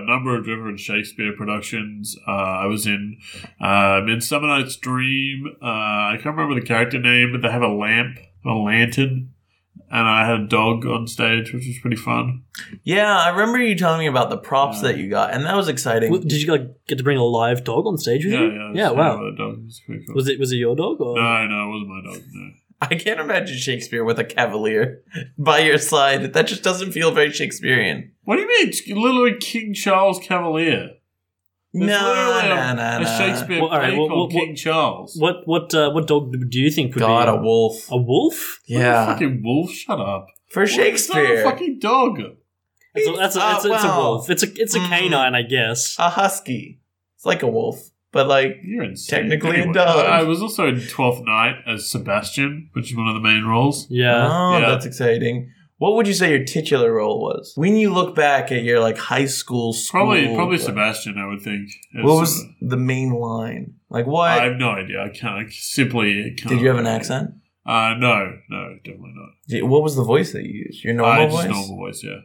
Speaker 2: a number of different Shakespeare productions. Uh, I was in uh, Midsummer Night's Dream. Uh, I can't remember the character name, but they have a lamp, a lantern, and I had a dog on stage, which was pretty fun.
Speaker 1: yeah, I remember you telling me about the props
Speaker 2: Yeah.
Speaker 1: that you got, and that was exciting.
Speaker 3: W- Did you like get to bring a live dog on stage with
Speaker 2: Yeah,
Speaker 3: you?
Speaker 2: yeah,
Speaker 3: wow.
Speaker 2: The dog was pretty cool.
Speaker 3: Was it was it your dog or?
Speaker 2: no, no, it wasn't my dog. No.
Speaker 1: I can't imagine Shakespeare with a cavalier by your side. That just doesn't feel very Shakespearean.
Speaker 2: What do you mean, It's literally King Charles Cavalier?
Speaker 1: No,
Speaker 2: There's literally
Speaker 1: no,
Speaker 2: a,
Speaker 1: no,
Speaker 2: a Shakespeare
Speaker 3: Well, all right,
Speaker 2: play
Speaker 3: well,
Speaker 2: called
Speaker 3: well,
Speaker 2: King Charles.
Speaker 3: What what uh, what dog do you think would
Speaker 1: God,
Speaker 3: be
Speaker 1: a wolf.
Speaker 3: a wolf?
Speaker 2: What a
Speaker 1: Yeah,
Speaker 2: fucking wolf! Shut up.
Speaker 1: for
Speaker 2: It's
Speaker 1: Shakespeare,
Speaker 2: not a fucking dog.
Speaker 3: It's a, that's a,
Speaker 1: Uh,
Speaker 3: it's, a, it's a
Speaker 1: well,
Speaker 3: wolf. It's a it's a
Speaker 1: mm.
Speaker 3: canine, I guess.
Speaker 1: a husky. It's like a wolf, but like
Speaker 2: You're insane.
Speaker 1: Technically a dog.
Speaker 2: I I was also in Twelfth Night as Sebastian, which is one of the main roles.
Speaker 3: Yeah.
Speaker 1: Oh,
Speaker 2: Yeah.
Speaker 1: that's exciting. What would you say your titular role was when you look back at your like high school? school
Speaker 2: Probably, probably Sebastian. I would think. As-
Speaker 1: What was the main line? Like what?
Speaker 2: I have no idea. I can't. I simply can't.
Speaker 1: Did you have an accent?
Speaker 2: Uh, no, no, definitely not.
Speaker 1: Did- What was the voice that you used? Your
Speaker 2: I
Speaker 1: normal
Speaker 2: just
Speaker 1: voice.
Speaker 2: normal voice. Yeah.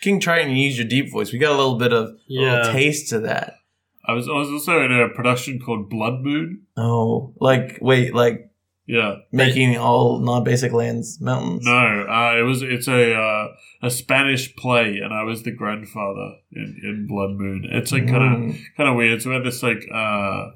Speaker 1: King Triton, you used your deep voice. We got a little bit of a
Speaker 3: Yeah.
Speaker 1: little taste to that.
Speaker 2: I was. I was also in a production called Blood Moon.
Speaker 1: Oh, like wait, like
Speaker 2: Yeah.
Speaker 1: making all non-basic lands mountains.
Speaker 2: No. Uh, it was. It's a uh, a Spanish play, and I was the grandfather in, in Blood Moon. It's like kind of
Speaker 1: Mm.
Speaker 2: kind of weird. So we had this like uh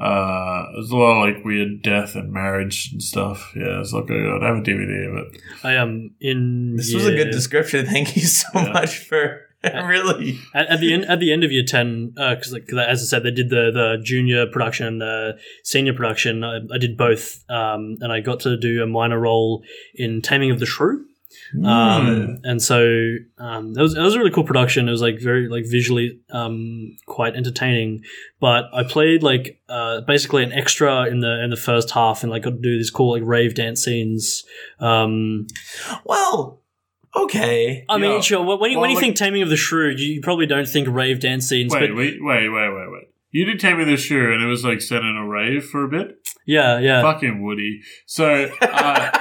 Speaker 2: uh there's a lot of like weird death and marriage and stuff. Yeah, it's not going on. I have a DVD of it.
Speaker 3: I am in.
Speaker 1: This was a good
Speaker 3: year-
Speaker 1: description. Thank you so
Speaker 2: Yeah.
Speaker 1: much for really.
Speaker 3: At, at the end, at the end of year ten, because like 'cause as I said, they did the the junior production and the senior production. I, I did both, um, and I got to do a minor role in Taming of the Shrew.
Speaker 1: Mm.
Speaker 3: Um, and so um, it was it was a really cool production. It was like very like visually um, quite entertaining. But I played like uh, basically an extra in the in the first half, and like got to do these cool like rave dance scenes. Um,
Speaker 1: Hmm. Well, okay.
Speaker 3: I
Speaker 2: Yeah.
Speaker 3: mean, sure. When, when you, when
Speaker 2: Well,
Speaker 3: you
Speaker 2: like-
Speaker 3: think Taming of the Shrew, you, you probably don't think rave dance scenes,
Speaker 2: Wait,
Speaker 3: but
Speaker 2: wait, wait, wait, wait, wait. You did Tammy the Shrew, and it was like set in a rave for a bit.
Speaker 3: yeah, yeah.
Speaker 2: Fucking Woody. So uh,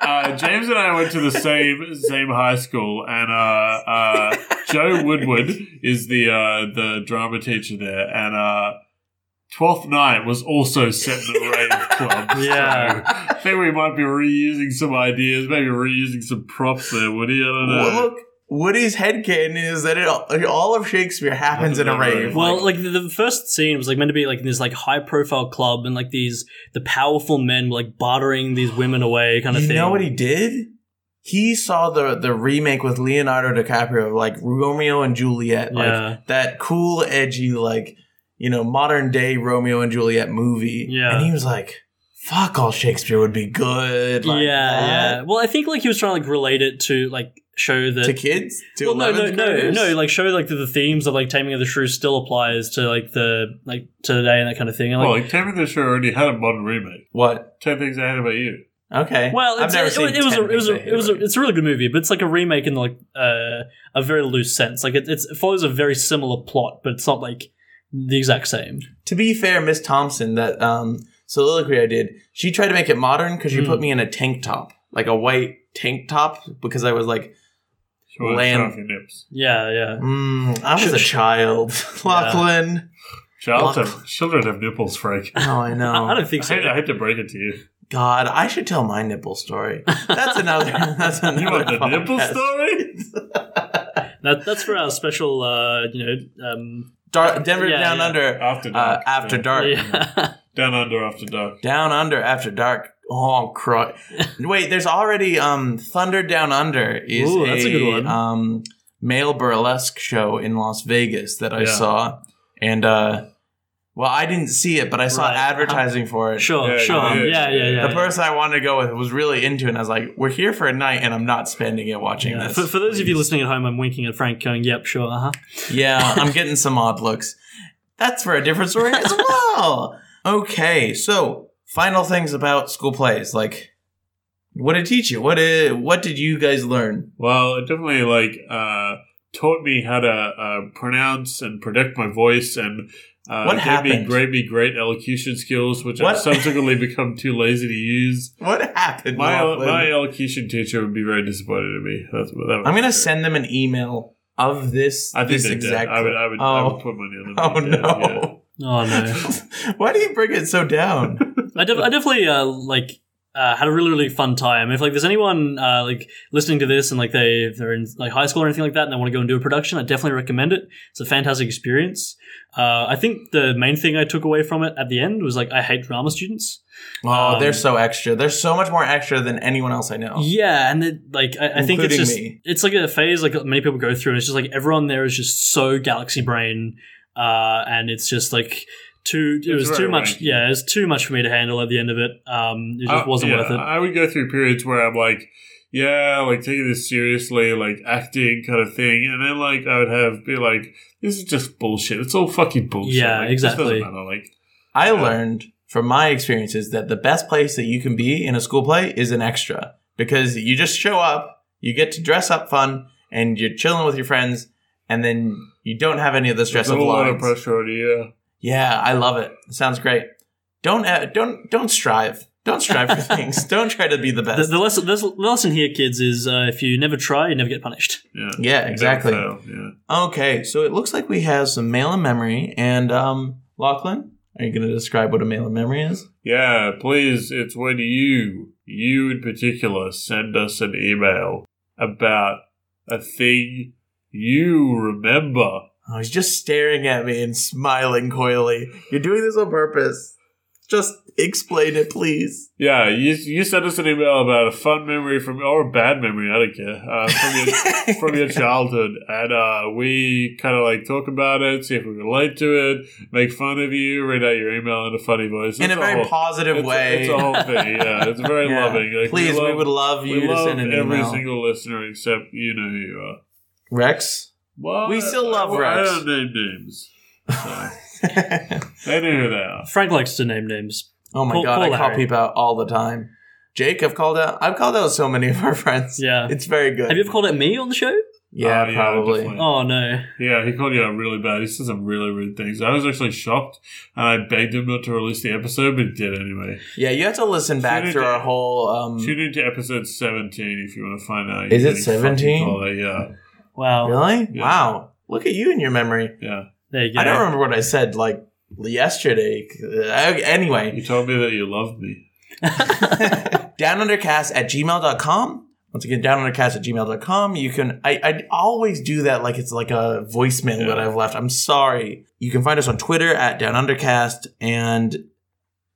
Speaker 2: uh, James and I went to the same same high school, and uh, uh, Joe Woodward is the uh, the drama teacher there, and uh, Twelfth Night was also set in the rave club.
Speaker 3: Yeah.
Speaker 2: so I think we might be reusing some ideas, maybe reusing some props there, Woody. I don't know.
Speaker 1: Well, look, Woody's headcanon is that it all, all of Shakespeare happens in a rave.
Speaker 3: Well,
Speaker 1: Like,
Speaker 3: like the, the first scene was like meant to be like in this like high profile club and like these the powerful men were like bartering these women away kind of
Speaker 1: you
Speaker 3: thing.
Speaker 1: know what he did? He saw the the remake with Leonardo DiCaprio of like Romeo and Juliet,
Speaker 3: Yeah.
Speaker 1: like that cool, edgy, like you know, modern day Romeo and Juliet movie.
Speaker 3: Yeah.
Speaker 1: and he was like, "Fuck, all Shakespeare would be good." Like
Speaker 3: yeah,
Speaker 1: that.
Speaker 3: yeah. Well, I think like he was trying to like relate it to like show that
Speaker 1: To kids, to
Speaker 3: well, no, no,
Speaker 1: 11th
Speaker 3: no,
Speaker 1: graders?
Speaker 3: no. Like show like the, the themes of like Taming of the Shrew still applies to like the like to the day and that kind of thing. And,
Speaker 2: well,
Speaker 3: like,
Speaker 2: like Taming of the Shrew already had a modern remake.
Speaker 1: what?
Speaker 2: Ten Things I Hate About You.
Speaker 1: Okay.
Speaker 3: well, it's, it, it was a,
Speaker 1: 10
Speaker 3: it was
Speaker 1: Things I
Speaker 3: a,
Speaker 1: Hate
Speaker 3: it was a,
Speaker 1: About You.
Speaker 3: it's a really good movie, but it's like a remake in like uh, a very loose sense. Like it, it's, it follows a very similar plot, but it's not like the exact same.
Speaker 1: to be fair, Miss Thompson, that um, soliloquy I did, she tried to make it modern because she
Speaker 3: Mm.
Speaker 2: Hmm.
Speaker 1: put me in a tank top, like a white tank top, because I was like,
Speaker 2: She wanted
Speaker 1: Land-
Speaker 2: to show off your nips.
Speaker 3: Yeah, yeah.
Speaker 1: mm, I was a child, Lachlan.
Speaker 2: Child
Speaker 1: Lock.
Speaker 2: have, children have nipples, Frank.
Speaker 1: Oh, I know.
Speaker 3: I, I don't
Speaker 2: I
Speaker 3: think so.
Speaker 2: hate, I hate to break it to you.
Speaker 1: God, I should tell my nipple story. That's another. That's another.
Speaker 2: You want the
Speaker 1: podcast.
Speaker 2: nipple story?
Speaker 3: That, that's for our special, uh, you know, um,
Speaker 1: Dar- Denver
Speaker 3: Yeah,
Speaker 1: Down
Speaker 3: yeah.
Speaker 1: Under.
Speaker 2: After
Speaker 1: Uh,
Speaker 2: dark.
Speaker 1: after
Speaker 2: Yeah.
Speaker 1: dark.
Speaker 3: yeah.
Speaker 2: Down under after dark.
Speaker 1: Down Under After Dark. Oh, cry. Wait, there's already um, Thunder Down Under is
Speaker 3: Ooh, that's a good one.
Speaker 1: Um, male burlesque show in Las Vegas that I
Speaker 2: Yeah.
Speaker 1: saw, and uh, well, I didn't see it, but I saw
Speaker 3: Right. Uh-huh.
Speaker 1: advertising for it.
Speaker 3: sure,
Speaker 2: Yeah,
Speaker 3: sure,
Speaker 2: yeah,
Speaker 3: yeah, yeah, yeah.
Speaker 1: the person I wanted to go with was really into it, and I was like, "We're here for a night, and I'm not spending it watching
Speaker 3: Yeah,
Speaker 1: this."
Speaker 3: For, for those of you listening at home, I'm winking at Frank, going, "Yep, sure, uh huh."
Speaker 1: Yeah, I'm getting some odd looks. That's for a different story as well. Okay, so final things about school plays. Like, what did it teach you? What did, what did you guys learn?
Speaker 2: Well, it definitely like uh, taught me how to uh, pronounce and predict my voice and uh,
Speaker 1: What
Speaker 2: gave me
Speaker 1: happened?
Speaker 2: great, me great elocution skills, which
Speaker 1: What-
Speaker 2: I've subsequently become too lazy to use.
Speaker 1: What happened?
Speaker 2: My
Speaker 1: Lachlan?
Speaker 2: my elocution teacher would be very disappointed in me. That's what that
Speaker 1: I'm
Speaker 2: would
Speaker 1: gonna
Speaker 2: be.
Speaker 1: send them an email of this.
Speaker 2: I think
Speaker 1: this
Speaker 2: they did.
Speaker 1: exact.
Speaker 2: I would. I would. I would
Speaker 1: oh,
Speaker 2: put money on them.
Speaker 1: oh
Speaker 2: They did, yeah.
Speaker 1: no!
Speaker 3: Oh no,
Speaker 1: Why do you bring it so
Speaker 2: Um,
Speaker 1: down?
Speaker 3: I, def- I definitely uh, like uh, had a really really fun time. If like there's anyone uh, like listening to this and like they if they're in like high school or anything like that and they want to go and do a production, I definitely recommend it. It's a fantastic experience. Uh, I think the main thing I took away from it at the end was like I hate drama students.
Speaker 1: Oh,
Speaker 3: Um,
Speaker 1: they're so extra. They're so much more extra than anyone else I know.
Speaker 3: Yeah, and it, like I, I think it's
Speaker 1: Oh. Including
Speaker 3: just
Speaker 1: me.
Speaker 3: it's like a phase like many people go through. And it's just like everyone there is just so galaxy brain, uh, and it's just like too. It
Speaker 2: It's
Speaker 3: was
Speaker 2: very
Speaker 3: too much.
Speaker 2: wanky.
Speaker 3: Yeah, it was too much for me to handle at the end of it. Um, it just
Speaker 2: I-
Speaker 3: wasn't
Speaker 2: Uh, yeah,
Speaker 3: worth it.
Speaker 2: I would go through periods where I'm like, yeah, like taking this seriously, like acting kind of thing, and then like I would have be like, this is just bullshit. It's all fucking bullshit.
Speaker 3: Yeah,
Speaker 2: like, this doesn't
Speaker 3: exactly.
Speaker 2: matter, Like,
Speaker 1: I
Speaker 2: Yeah.
Speaker 1: learned from my experiences that the best place that you can be in a school play is an extra because you just show up, you get to dress up fun, and you're chilling with your friends, and then you don't have any of the stress of
Speaker 2: there's a lot of
Speaker 1: lines.
Speaker 2: pressure on you.
Speaker 1: yeah, I love it. It sounds great. Don't uh, don't don't strive. Don't strive for things. Don't try to be the
Speaker 3: The,
Speaker 1: best.
Speaker 3: the lesson, the lesson here, kids, is uh, if you never try, you never get punished.
Speaker 2: Yeah, yeah,
Speaker 1: yeah, exactly.
Speaker 2: Don't fail, yeah.
Speaker 1: Okay, so it looks like we have some mail in memory, and um, Lachlan, are you going to describe what a mail in memory is?
Speaker 2: Yeah, please, it's when you, you in particular, send us an email about a thing you remember.
Speaker 1: Oh, he's just staring at me and smiling coyly. You're doing this on purpose. Just explain it, please.
Speaker 2: Yeah, you, you sent us an email about a fun memory from or a bad memory, I don't care, uh, from, your, from your childhood, and uh, we kind of like talk about it, see if we relate to it, make fun of you, read out your email in a funny voice,
Speaker 1: In
Speaker 2: It's
Speaker 1: a very
Speaker 2: whole-
Speaker 1: positive
Speaker 2: it's a-
Speaker 1: way.
Speaker 2: it's a whole thing. Yeah, it's very
Speaker 1: Yeah.
Speaker 2: loving. Like,
Speaker 1: please, we,
Speaker 2: love-
Speaker 1: would love you
Speaker 2: we
Speaker 1: to
Speaker 2: love
Speaker 1: send an
Speaker 2: every
Speaker 1: email.
Speaker 2: single listener except you know uh, who you are.
Speaker 1: Rex?
Speaker 2: Well,
Speaker 1: We still
Speaker 2: I-
Speaker 1: love
Speaker 2: I-
Speaker 1: Rex.
Speaker 2: I don't name names. So, they know who they are.
Speaker 3: Frank likes to name names.
Speaker 1: oh my
Speaker 3: Call-
Speaker 1: god,
Speaker 3: call
Speaker 1: I call
Speaker 3: Larry.
Speaker 1: people out all the time. Jake, I've called out. I've called out so many of our friends.
Speaker 3: Yeah.
Speaker 1: It's very good.
Speaker 3: Have you ever called it me on the show?
Speaker 1: yeah,
Speaker 2: Oh, yeah,
Speaker 1: probably.
Speaker 2: definitely.
Speaker 3: Oh no.
Speaker 2: Yeah, he called you out really bad. He said some really rude things. I was actually shocked, and I begged him not to release the episode, but he did anyway.
Speaker 1: yeah, you have to listen back
Speaker 2: Should've
Speaker 1: through our
Speaker 2: done-
Speaker 1: whole. Um,
Speaker 2: Tune into episode seventeen if you want to find out.
Speaker 1: Is
Speaker 2: You
Speaker 1: it
Speaker 2: fucking
Speaker 1: 17?
Speaker 2: called it, Yeah,
Speaker 3: Wow.
Speaker 1: really?
Speaker 2: Yeah.
Speaker 1: Wow. Look at you and your memory.
Speaker 2: yeah.
Speaker 3: There you go.
Speaker 1: I don't remember what I said like yesterday. Uh, anyway,
Speaker 2: You told me that you loved me.
Speaker 1: downundercast at gmail.com Once again, downundercast at gmail.com. You can, I, I always do that like it's like a voicemail that
Speaker 2: Yeah.
Speaker 1: I've left. I'm sorry. You can find us on Twitter at downundercast. And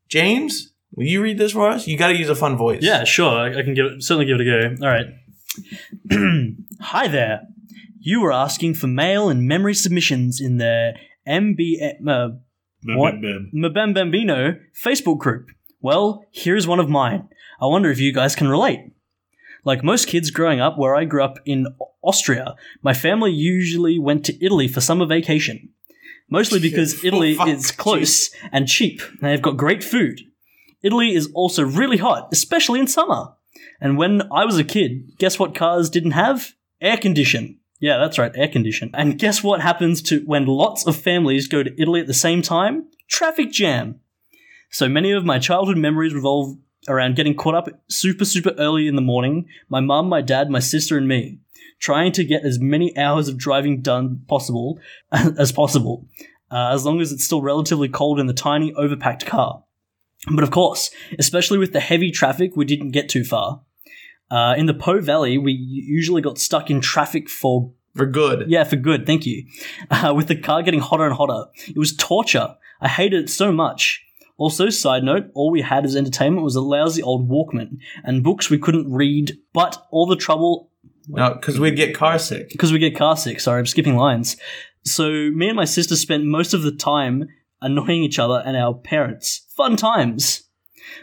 Speaker 1: James, will you read this for us? You got to use a fun voice.
Speaker 3: Yeah, sure. I, I can give it, certainly give it a go. All right. Hi there. You were asking for mail and memory submissions in the MBM uh,
Speaker 2: Bim,
Speaker 3: What?
Speaker 2: bim, bim.
Speaker 3: Mbam Bambino Facebook group. Well, here's one of mine. I wonder if you guys can relate. Like most kids growing up where I grew up in Austria, my family usually went to Italy for summer vacation. Mostly because
Speaker 1: Oh,
Speaker 3: Italy
Speaker 1: fuck,
Speaker 3: is close and cheap, and they've got great food. Italy is also really hot, especially in summer. And when I was a kid, guess what cars didn't have? Air condition. Yeah, that's right, air condition. And guess what happens to when lots of families go to Italy at the same time? Traffic jam. So many of my childhood memories revolve around getting caught up super super early in the morning, my mum, my dad, my sister and me, trying to get as many hours of driving done possible as possible, uh, as long as it's still relatively cold in the tiny overpacked car. But of course, especially with the heavy traffic, we didn't get too far. Uh, in the Po Valley, we usually got stuck in traffic for
Speaker 1: For good.
Speaker 3: yeah, for good. Thank you. Uh, with the car getting hotter and hotter, it was torture. I hated it so much. Also, side note, all we had as entertainment was a lousy old Walkman and books we couldn't read, but all the trouble
Speaker 1: No, because we'd get car sick.
Speaker 3: because we get car sick. Sorry, I'm skipping lines. So me and my sister spent most of the time annoying each other and our parents. Fun times.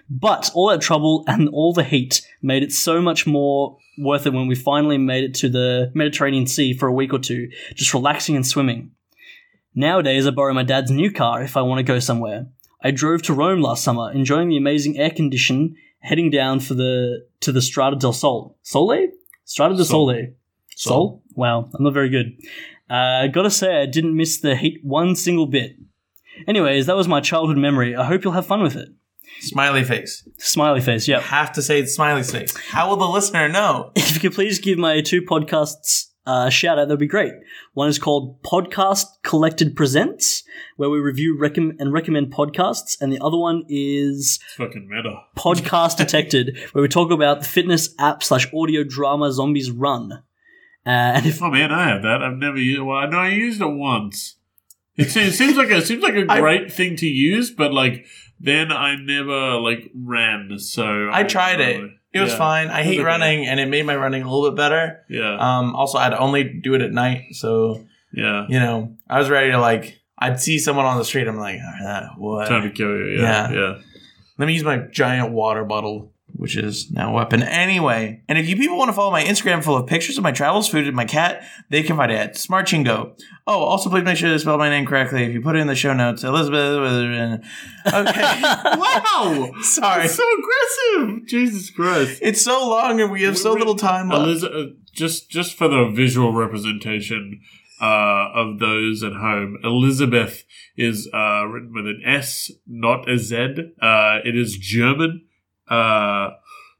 Speaker 3: But all that trouble and all the heat made it so much more worth it when we finally made it to the Mediterranean Sea for a week or two, just relaxing and swimming. Nowadays, I borrow my dad's new car if I want to go somewhere. I drove to Rome last summer, enjoying the amazing air condition, heading down for the to the Strada del Sol. Sole? Strada del
Speaker 2: Sol.
Speaker 3: Sole. Sol? Wow, I'm not very good. Uh, gotta say, I didn't miss the heat one single bit. Anyways, that was my childhood memory. I hope you'll have fun with it.
Speaker 1: Smiley face.
Speaker 3: Smiley face, yep.
Speaker 1: Have to say it's smiley face. How will the listener know?
Speaker 3: If you could please give my two podcasts a shout out, that'd be great. One is called Podcast Collected Presents, where we review recom- and recommend podcasts, and the other one is
Speaker 2: It's fucking meta.
Speaker 3: podcast detected where we talk about the fitness app slash audio drama zombies run uh, and if
Speaker 2: Oh man, I have that. I've never used. Well, I know I used it once. It seems, it seems like a, it seems like a
Speaker 1: I-
Speaker 2: great thing to use, but like then I never like ran. So uh,
Speaker 1: I tried it. It was
Speaker 2: Yeah.
Speaker 1: fine. I hate
Speaker 2: okay.
Speaker 1: running, and it made my running a little bit better.
Speaker 2: Yeah,
Speaker 1: Um, also, I'd only do it at night, so
Speaker 2: yeah.
Speaker 1: you know, I was ready to like. I'd see someone on the street. I'm like, "Ah, that- what?
Speaker 2: Time to kill you. Yeah,
Speaker 1: Yeah.
Speaker 2: yeah.
Speaker 1: Let me use my giant water bottle, which is now a weapon. Anyway, and if you people want to follow my Instagram full of pictures of my travels, food, and my cat, they can find it at Smart Chingo. Oh, also please make sure to spell my name correctly. If you put it in the show notes, Elizabeth. Okay,
Speaker 2: Wow,
Speaker 1: sorry.
Speaker 2: It's so aggressive. Jesus Christ.
Speaker 1: It's so long, and we have so
Speaker 2: Wait,
Speaker 1: little time left.
Speaker 2: Elizabeth, uh, just just for the visual representation uh, of those at home, Elizabeth is uh, written with an S, not a Z. Uh, it is German. Uh,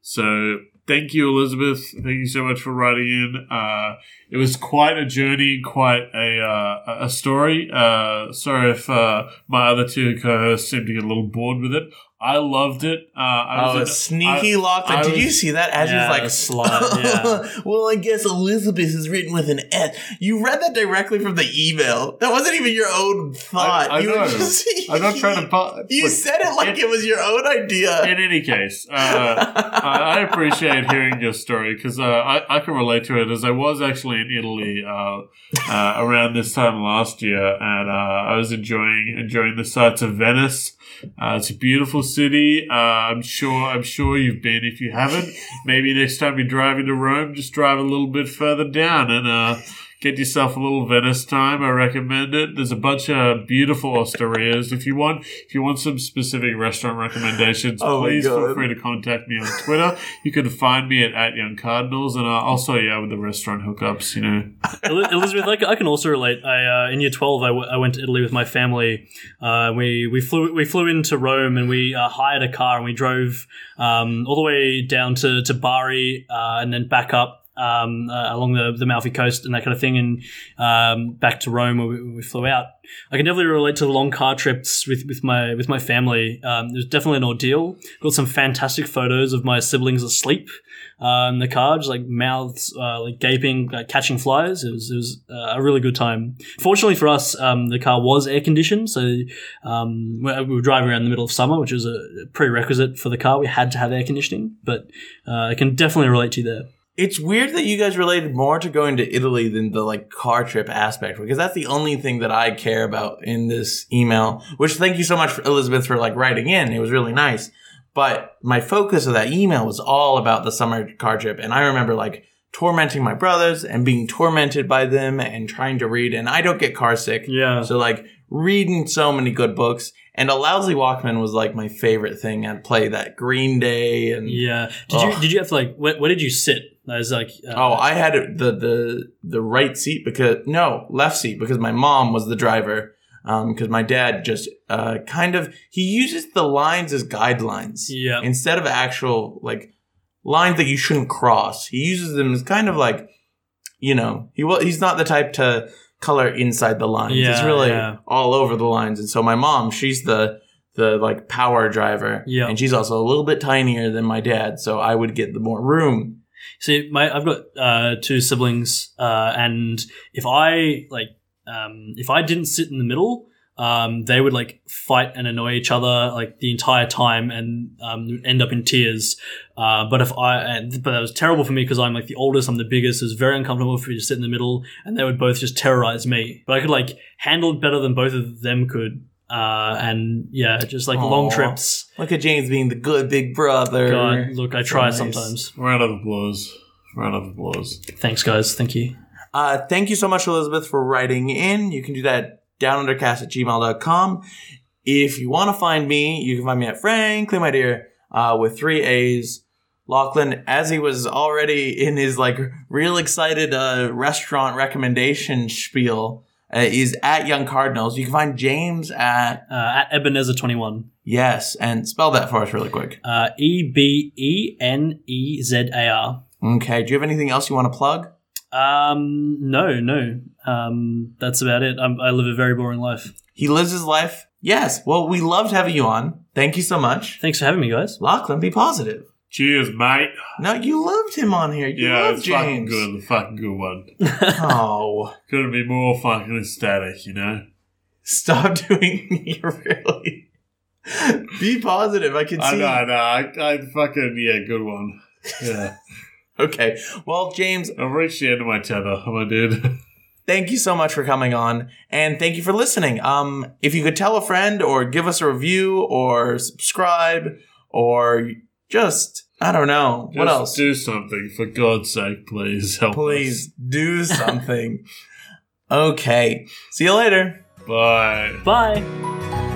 Speaker 2: so thank you, Elizabeth. Thank you so much for writing in. Uh, it was quite a journey, quite a uh, a- a story. Uh, sorry if uh, my other two co-hosts seemed to get a little bored with it. I loved it. Uh, I was
Speaker 1: Oh,
Speaker 2: in-
Speaker 1: sneaky Lachlan.
Speaker 2: I
Speaker 1: Did you
Speaker 2: was-
Speaker 1: see that? As
Speaker 3: Yeah,
Speaker 1: he
Speaker 3: the
Speaker 1: was
Speaker 3: slide,
Speaker 1: like,
Speaker 3: yeah.
Speaker 1: well, I guess Elizabeth is written with an S. You read that directly from the email. That wasn't even your own thought.
Speaker 2: I
Speaker 1: you were
Speaker 2: know.
Speaker 1: just-
Speaker 2: I'm not trying to. bu-
Speaker 1: You
Speaker 2: but-
Speaker 1: said it like it, was your own idea.
Speaker 2: in any case, uh, I I appreciate hearing your story because uh, I, I can relate to it as I was actually in Italy uh, uh, around this time last year, and uh, I was enjoying enjoying the sights of Venice. Uh, it's a beautiful city. Uh, I'm sure I'm sure you've been. If you haven't, maybe next time you're driving to Rome, just drive a little bit further down and. Uh, Get yourself a little Venice time. I recommend it. There's a bunch of beautiful osterias. If you want, if you want some specific restaurant recommendations,
Speaker 1: Oh my
Speaker 2: please feel
Speaker 1: God.
Speaker 2: free to contact me on Twitter. you can find me at, at Young Cardinals, and I- I'll show you out with the restaurant hookups. You know,
Speaker 3: El- elizabeth I, c- I can also relate i uh, in year 12 I, w- I went to italy with my family uh, we we flew we flew into rome and we uh, hired a car and we drove um, all the way down to to bari uh, and then back up um, uh, along the, the Malfi coast and that kind of thing, and um, back to Rome where we, we flew out. I can definitely relate to the long car trips with, with my with my family. Um, it was definitely an ordeal. Got some fantastic photos of my siblings asleep uh, in the car, just like mouths uh, like gaping, like, catching flies. It was it was uh, a really good time. Fortunately for us, um, the car was air conditioned, so um, we we were driving around in the middle of summer, which is a prerequisite for the car. We had to have air conditioning, but uh, I can definitely relate to you there.
Speaker 1: It's weird that you guys related more to going to Italy than the like car trip aspect because that's the only thing that I care about in this email. Which thank you so much, for, Elizabeth, for like writing in. It was really nice. But my focus of that email was all about the summer car trip, and I remember like tormenting my brothers and being tormented by them and trying to read. And I don't get car sick,
Speaker 3: Yeah,
Speaker 1: so like reading so many good books. And a lousy Walkman was like my favorite thing. I'd play that Green Day and
Speaker 3: yeah. Did you
Speaker 1: Ugh.
Speaker 3: did you have to like where, where did you sit? I was like, uh,
Speaker 1: Oh, I had it- the the the right seat because no left seat because my mom was the driver. Um, because my dad just uh kind of he uses the lines as guidelines
Speaker 3: yeah.
Speaker 1: instead of actual like lines that you shouldn't cross. He uses them as kind of like you know he well he's not the type to color inside the lines. it's
Speaker 3: Yeah,
Speaker 1: really
Speaker 3: yeah.
Speaker 1: all over the lines. And so my mom, she's the the like power driver,
Speaker 3: Yeah.
Speaker 1: and she's also a little bit tinier than my dad, so I would get the more room.
Speaker 3: See, my I've got uh, two siblings, uh, and if I like, um, if I didn't sit in the middle, um, they would like fight and annoy each other like the entire time, and um, end up in tears. Uh, but if I, and, but that was terrible for me because I'm like the oldest, I'm the biggest. It was very uncomfortable for me to sit in the middle, and they would both just terrorize me. But I could like handle it better than both of them could. Uh, and yeah, just like long
Speaker 1: Aw.
Speaker 3: trips.
Speaker 1: Look at James being the good big brother.
Speaker 3: God, look, I try
Speaker 1: nice.
Speaker 3: sometimes.
Speaker 2: Round of applause. Round of applause.
Speaker 3: Thanks, guys. Thank you.
Speaker 1: Uh, thank you so much, Elizabeth, for writing in. You can do that downundercast at gmail.com. If you want to find me, you can find me at Frankly, my dear, uh, with three A's. Lachlan, as he was already in his like real excited uh, restaurant recommendation spiel, uh, is at Young Cardinals. You can find James at
Speaker 3: Uh, at Ebenezer twenty one.
Speaker 1: yes, and spell that for us really quick.
Speaker 3: Uh, E B E N E Z A R.
Speaker 1: Okay. Do you have anything else you want to plug?
Speaker 3: Um, no, no. Um, that's about it. I'm, I live a very boring life.
Speaker 1: He lives his life. Yes. Well, we loved having you on. Thank you so much.
Speaker 3: Thanks for having me, guys.
Speaker 1: Lachlan, be positive.
Speaker 2: Cheers, mate.
Speaker 1: No, you loved him on here. You
Speaker 2: yeah,
Speaker 1: love
Speaker 2: it's fucking
Speaker 1: James.
Speaker 2: good. The fucking good one.
Speaker 1: oh.
Speaker 2: Couldn't be more fucking ecstatic, you know?
Speaker 1: Stop doing you're really be positive. I can
Speaker 2: I
Speaker 1: see.
Speaker 2: know, I know. I, I fucking, yeah, good one. Yeah.
Speaker 1: Okay. Well, James,
Speaker 2: I've reached the end of my tether, am I, dude?
Speaker 1: thank you so much for coming on and thank you for listening. Um, if you could tell a friend or give us a review or subscribe or just I don't know. what
Speaker 2: Just
Speaker 1: else?
Speaker 2: Do something, for God's sake, please. Help
Speaker 1: Please do something. okay. See you later.
Speaker 2: us. Bye.
Speaker 3: Bye.